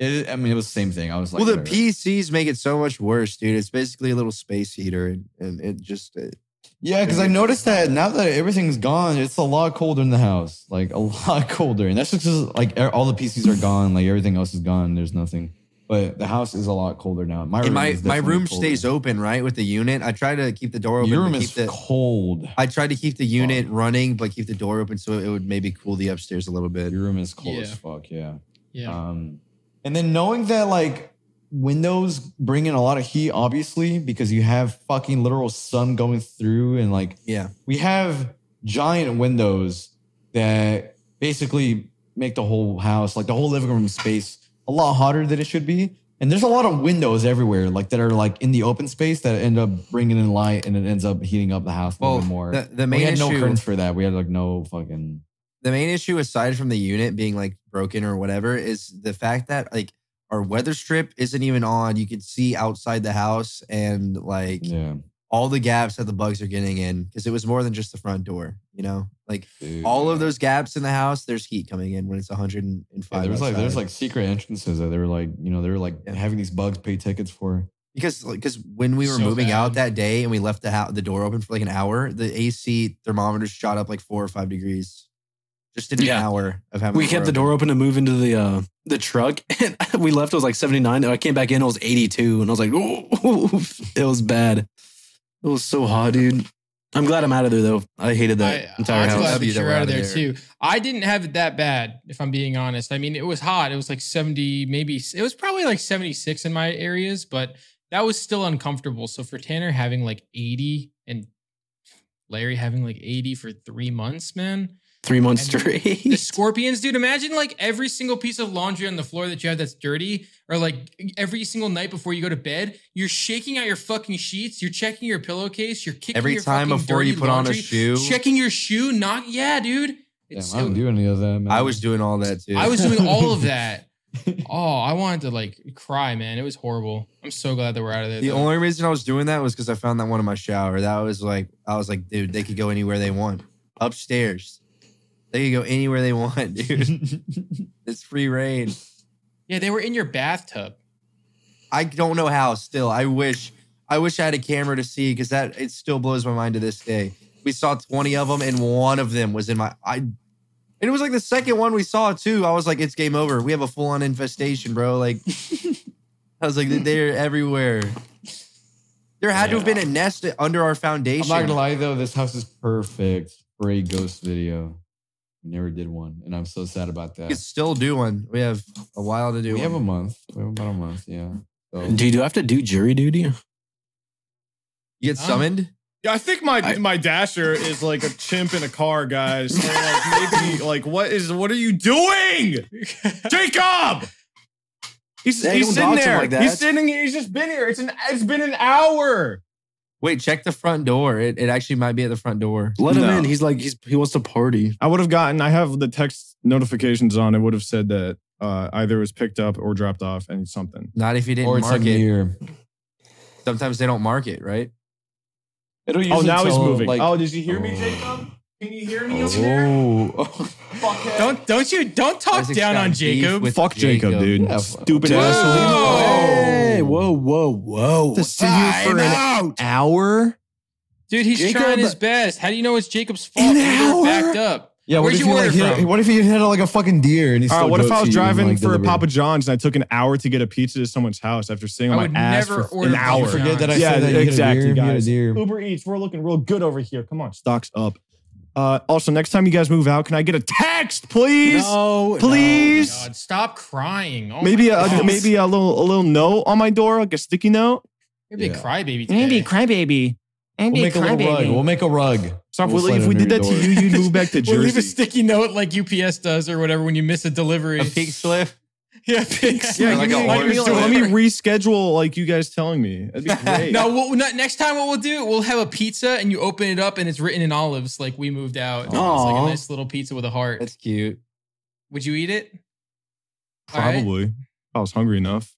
it I mean it was the same thing I was like well, the whatever. PCs make it so much worse, dude. It's basically a little space heater, and, and it just uh, it, Yeah, because I noticed that now that everything's gone, it's a lot colder in the house. Like a lot colder, and that's just 'cause, like e- all the PCs are gone. Like everything else is gone. There's nothing. But the house is a lot colder now. My And room my is my definitely room colder. stays open, right, with the unit. I try to keep the door open. Your but room keep is the, cold. I tried to keep the unit running, but keep the door open so it would maybe cool the upstairs a little bit. Your room is cold Yeah. as fuck. Yeah. Yeah. Um, and then knowing that like windows bring in a lot of heat, obviously, because you have fucking literal sun going through, and like Yeah. we have giant windows that basically make the whole house, like the whole living room space, a lot hotter than it should be. And there's a lot of windows everywhere, like that are like in the open space that end up bringing in light, and it ends up heating up the house a Well, little more. the, the we main had issue, no curtains for that. We had like no fucking. the main issue aside from the unit being like broken or whatever, is the fact that like our weather strip isn't even on. You can see outside the house and like Yeah. all the gaps that the bugs are getting in because it was more than just the front door. You know, like all of those. those gaps in the house, there's heat coming in when it's 105. Yeah, there was like outside. there's like secret entrances that they were like you know they were like Yeah. having these bugs pay tickets for. because because when we were So moving out bad. that day and we left the house, the door open for like an hour, the AC thermometer shot up like four or five degrees, just in an Yeah. hour of having. We kept the door open to move into the uh, the truck, and we left. It was like seventy nine. I came back in. It was eighty two, and I was like, "Oof." it was bad. It was so hot, dude. I'm glad I'm out of there though. I hated that I, uh, entire I'm house. glad Happy that that you're we're out of outta there, there. too. I didn't have it that bad, if I'm being honest. I mean, it was hot. It was like 70, maybe it was probably like 76 in my areas, but that was still uncomfortable. So for Tanner having like 80 and Larry having like 80 for three months, man. Three months And The straight. scorpions, dude. Imagine like every single piece of laundry on the floor that you have that's dirty, or like every single night before you go to bed, you're shaking out your fucking sheets, you're checking your pillowcase, you're kicking every your time fucking before you dirty put on a laundry shoe. checking your shoe not yeah dude Damn, It's- I don't do any of that. Man. I was doing all that too. I was doing all of that oh i wanted to like cry man it was horrible i'm so glad that we're out of there The though. only reason I was doing that was because I found that one in my shower. That was like I was like, dude, they could go anywhere they want. Upstairs, they could go anywhere they want, dude. it's free reign. yeah they were in your bathtub I don't know how. Still, I wish, I wish I had a camera to see because that it still blows my mind to this day. We saw twenty of them, and one of them was in my. I, and it was like the second one we saw too. I was like, it's game over. We have a full on infestation, bro. Like, I was like, they're everywhere. There had to have been a nest under our I'm foundation. not gonna lie though, this house is perfect for a ghost video. We never did one, and I'm so sad about We that. could still do one. We have a while to do. We one. have a month. We have about a month. Yeah. So, Do you do I have to do jury duty? you get summoned. Yeah, I think my I- my dasher is like a chimp in a car, guys. So like maybe like what is what are you doing, Jacob? He's, Hey, he's don't sitting dox him there. like that. he's sitting. He's just been here. It's an it's been an hour. Wait, check the front door. It, it actually might be at the front door. Let him No. in. He's like he's he wants to party. I would have gotten. I have the text notifications on. It would have said that uh, either it was picked up or dropped off and something. Not if you didn't or it's mark like it. near. Sometimes they don't mark it, right? It'll Oh, usually now he's tell, moving. like- oh, did you hear me, Oh. Jacob? Can you hear me over there? oh. Fuckhead. don't don't you don't talk Isaac's down got on beef jacob with Fuck Jacob, dude. Yeah, Stupid Whoa. asshole. Hey, whoa, whoa, whoa! To sit here for an hour. dude he's Jacob- trying his best how do you know it's jacob's fault An We were hour? backed up Yeah, what Where'd if, you you like, order hit, from? what if you hit like a fucking deer and he's All right, still Uh, what if I was driving for a Papa John's and I took an hour to get a pizza to someone's house after sitting I on would my ass never for order an Papa hour? John's. Forget that I Yeah, said that. You hit a exactly, deer, you hit a guys. deer. Uber Eats, we're looking real good over here. Come on, stocks up. Uh, also, next time you guys move out, can I get a text, please? No, please. God, stop crying oh Maybe a, God. maybe a little a little note on my door, like a sticky note. maybe a Yeah. crybaby Andy, today. crybaby. Andy, We'll make a little rug. We'll make a rug. Stop. We'll Willie, slide if we under did your that to door. you, you'd move back to Or leave a Jersey. sticky note like UPS does or whatever when you miss a delivery. A pink slip. yeah, pink slip. Yeah, Like give a me, let, me, orange let me delivery. reschedule like you guys telling me. That'd be great. No, we'll, no, next time what we'll do, we'll have a pizza and you open it up and it's written in olives like we moved out. It's like a Aw. nice little pizza with a heart. That's cute. Would you eat it? All right. Probably. I was hungry enough.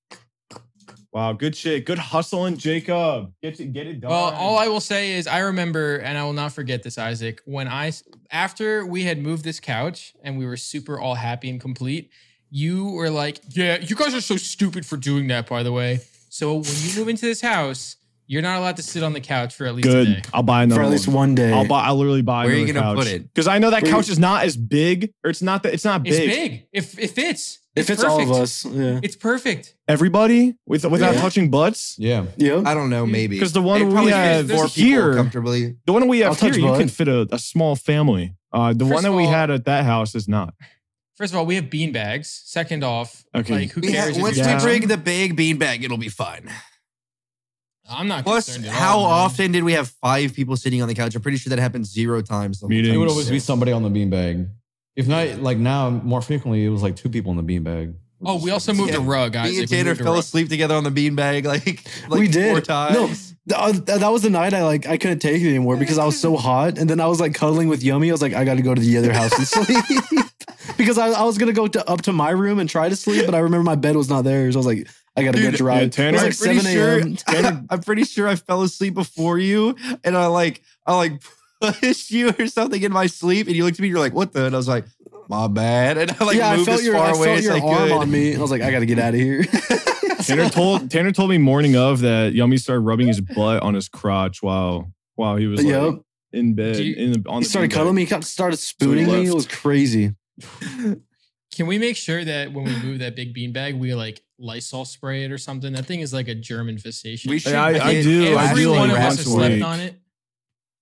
Wow, good shit. Good hustling, Jacob. Get it, get it done. Well, all I will say is I remember, and I will not forget this, Isaac. When I after we had moved this couch and we were super all happy and complete, you were like, "Yeah, you guys are so stupid for doing that." By the way, so when you move into this house, you're not allowed to sit on the couch for at least a day. I'll buy for another at one. least one day. I'll buy. I'll literally buy. Where are you another gonna couch. put it? Because I know that Where couch you- is not as big, or it's not that it's not It's big. big. If It, fits. It fits all of us. Yeah. It's perfect. Everybody with, without Yeah. touching butts. Yeah. Yeah. I don't know, maybe. Because the They one we probably fit have four people here, comfortably. the one we I'll have here, touch you butt. can fit a, a small family. Uh, the First one that of we all- had at that house is not. First of all, we have bean bags. Second off, Okay. like who We ha- cares? if once you- Yeah. we bring the big beanbag, it'll be fine. I'm not. Plus, concerned at how all, man. often did we have five people sitting on the couch? I'm pretty sure that happened zero times. the whole Meeting. It time. would always be somebody on the beanbag. If not, like now, more frequently, it was like two people in the beanbag. Oh, we also moved Yeah. a rug, guys. Me and Like, we Tanner moved a fell rug. asleep together on the beanbag like, like We did. four No. times. Th- uh, th- that was the night I like I couldn't take it anymore because I was so hot, and then I was like cuddling with Yummy. I was like, I got to go to the other house and sleep because I, I was gonna go to, up to my room and try to sleep, but I remember my bed was not there, so I was like, I got to Dude, get yeah, drive. Tanner- it was I'm like pretty seven a.m. I'm pretty sure I fell asleep before you, and I like I like pushed you or something in my sleep, and you looked at me, you're like, "What the?" And I was like, "My bad," and I like yeah, I moved felt as your, far I away felt as your I arm could. on me. and I was like, I got to get out of here. Tanner told Tanner told me morning of that Yummy started rubbing his butt on his crotch while while he was like, yep. in bed. Do you- in the, on He the started beanbag. cuddling me. He kept- started spooning me. It left. was crazy. Can we make sure that when we move that big bean bag, we like Lysol spray it or something? That thing is like a germ infestation. We should Yeah, I- I get do, I Every do actually one of us once has a slept week. on it.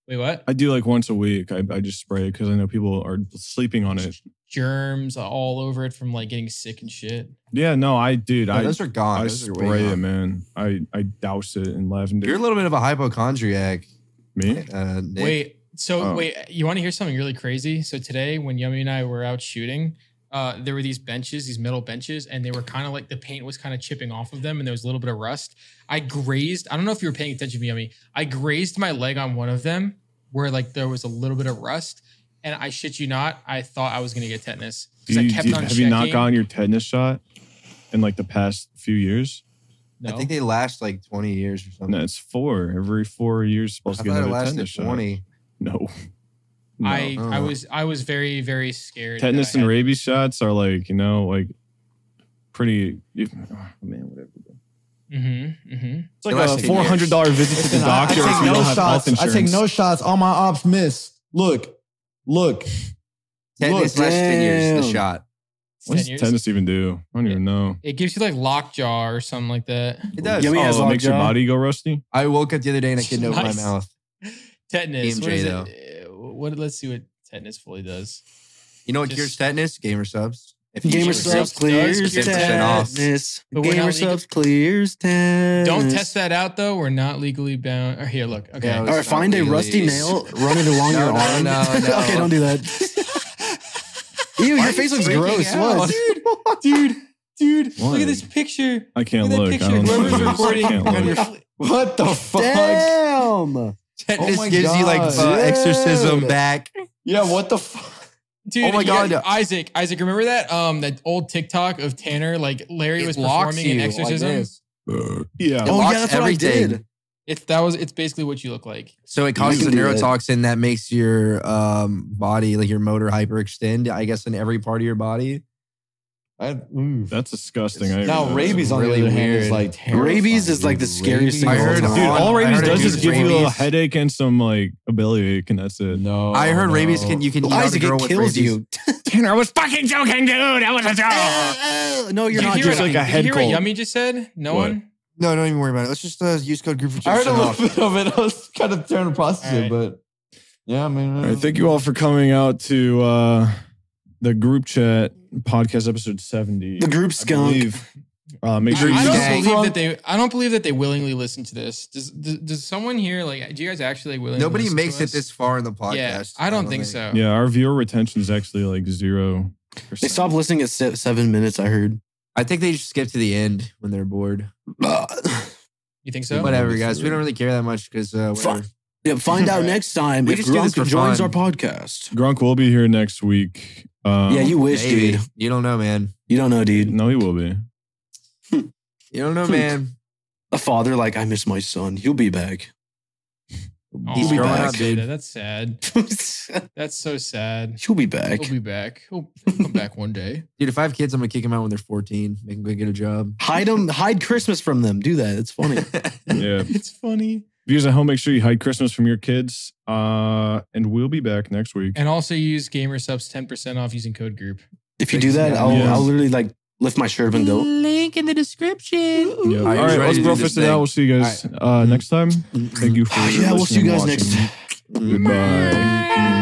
Wait, what? I do like once a week. I, I just spray because I know people are sleeping on it. Germs all over it from like getting sick and shit. Yeah, no, I dude, No, I those are gone. I Those are way spray it, gone. man. I I douse it in lavender. You're a little bit of a hypochondriac. me? Uh, Nick. Wait, so Oh. wait, you want to hear something really crazy? So today, when Yummy and I were out shooting, uh, there were these benches, these metal benches, and they were kind of like the paint was kind of chipping off of them, and there was a little bit of rust. I grazed. I don't know if you were paying attention, Yummy. I grazed my leg on one of them, where like there was a little bit of rust, and I shit you not, I thought I was gonna get tetanus Do because I you- kept do you- on have checking. you not gotten your tetanus shot in like the past few years? no. I think they last like 20 years or something. No, it's four. Every four years, I supposed to thought get it another lasted tetanus shot. 20. No, no. uh-huh. I, I no. was I was very very scared. that tetanus I and had- rabies shots are like you know like pretty. You, oh, man, whatever. Mhm, mhm. It's like They last a ten four hundred dollar visit to the Listen, I- doctor. I, if take you no don't have health shots. I take insurance. no shots. All my ops miss. Look, look. Tetanus Look, lasts 10 years, the damn. shot. What does 10 years. tetanus even do? I don't even know. It gives you like lockjaw or something like that. It does. Um, Yummy oh, has it makes your lockjaw. body go rusty. I woke up the other day and I couldn't open my Nice. mouth. tetanus. what BMJ, is it? Uh, What? Let's see what tetanus fully does. You know what Just- cures tetanus? Gamer subs. If you Gamer use your subs subs clears clears 10% off. tetanus. But we're not Gamer legal- subs clears tetanus. Don't test that out though. We're not legally bound. Or here, look. Okay. No, All right, It's find not a legally- rusty nail, run it along No, your no, arm. no, no. okay, don't do that. Ew, Why your are face you looks freaking gross. out? What? dude, dude, Why? look at this Oh picture. I can't look at that look. I don't picture. know. Whoever's I recording can't on look. your fl- What the fuck? Damn. Tetanus Oh my gives you like God. uh, exorcism Dude. back. Yeah, what the fuck? Dude, Oh my you got- God. Isaac, Isaac, remember that um that old TikTok of Tanner like Larry It was locks performing an you like exorcism. this. Yeah. It Oh, locks yeah, that's what I everything. did. it's that was it's basically what you look like. So it causes a can do that. neurotoxin that makes your um, body, like your motor, hyperextend. I guess in every part of your body. I, ooh. That's disgusting. I Now even- rabies on really the other hand weird. is like terrifying. Rabies is, like, the scariest thing I heard all Dude, all I rabies heard it does gives is give you a little rabies. headache and some like a bellyache, and that's it. Oh, No, I heard rabies no. can you can eat out a Isaac, girl it with kills rabies. you. Tanner, I was fucking joking, dude. I was a joke. Oh, no, you're Did not. you hear just what- like a did head you hear what cold. Yummy just said? No What? one. No, don't even worry about it. Let's just uh, use code group for I heard 10% a off. little bit of it. I was kind of turned prostitute, All right. but yeah, I mean, All right, thank you all for coming out to uh, the group chat podcast episode 70. The group I skunk. believe. Uh, make I, sure I you don't gang. believe that they. I don't believe that they willingly listen to this. Does does, does someone here like? Do you guys actually like, willingly? Nobody listen makes it to us? this far in the podcast. Yeah, I don't think so. Yeah, our viewer retention is actually like zero. They stopped listening at se- seven minutes, I heard. I think they just skip to the end when they're bored. You think so? whatever, guys. We don't really care that much because uh, Fuck. whatever. yeah, find out Alright. next time We if just do this Gronk for joins fun. our podcast. Grunk will be here next week. Um, yeah, you wish, Oh, Maybe. dude. You don't know, man. You don't know, dude. No, he will be. You don't know, Hmm. man. A father like I miss my son. He'll be back. Aw, He'll be growing back. Oh, up, dude. That's sad. That's so sad. He'll be back. He'll be back. He'll, he'll come back one day. Dude, if I have kids, I'm gonna kick them out when they're 14. Make them go get a job. Hide them. Hide Christmas from them. Do that. It's funny. Yeah. It's funny. Viewers at home, make sure you hide Christmas from your kids. Uh, and we'll be back next week. And also use gamer subs ten percent off using code group. If you do that, I'll, Yeah. I'll literally like lift my shirt up and go. Link in the description. Yeah. All right, right, ready let's to do breakfast this it thing. out. We'll see you guys uh, next time. Thank you for Mm-hmm. "Ah, Yeah, we'll see you listening, guys next. watching. Goodbye. Ah!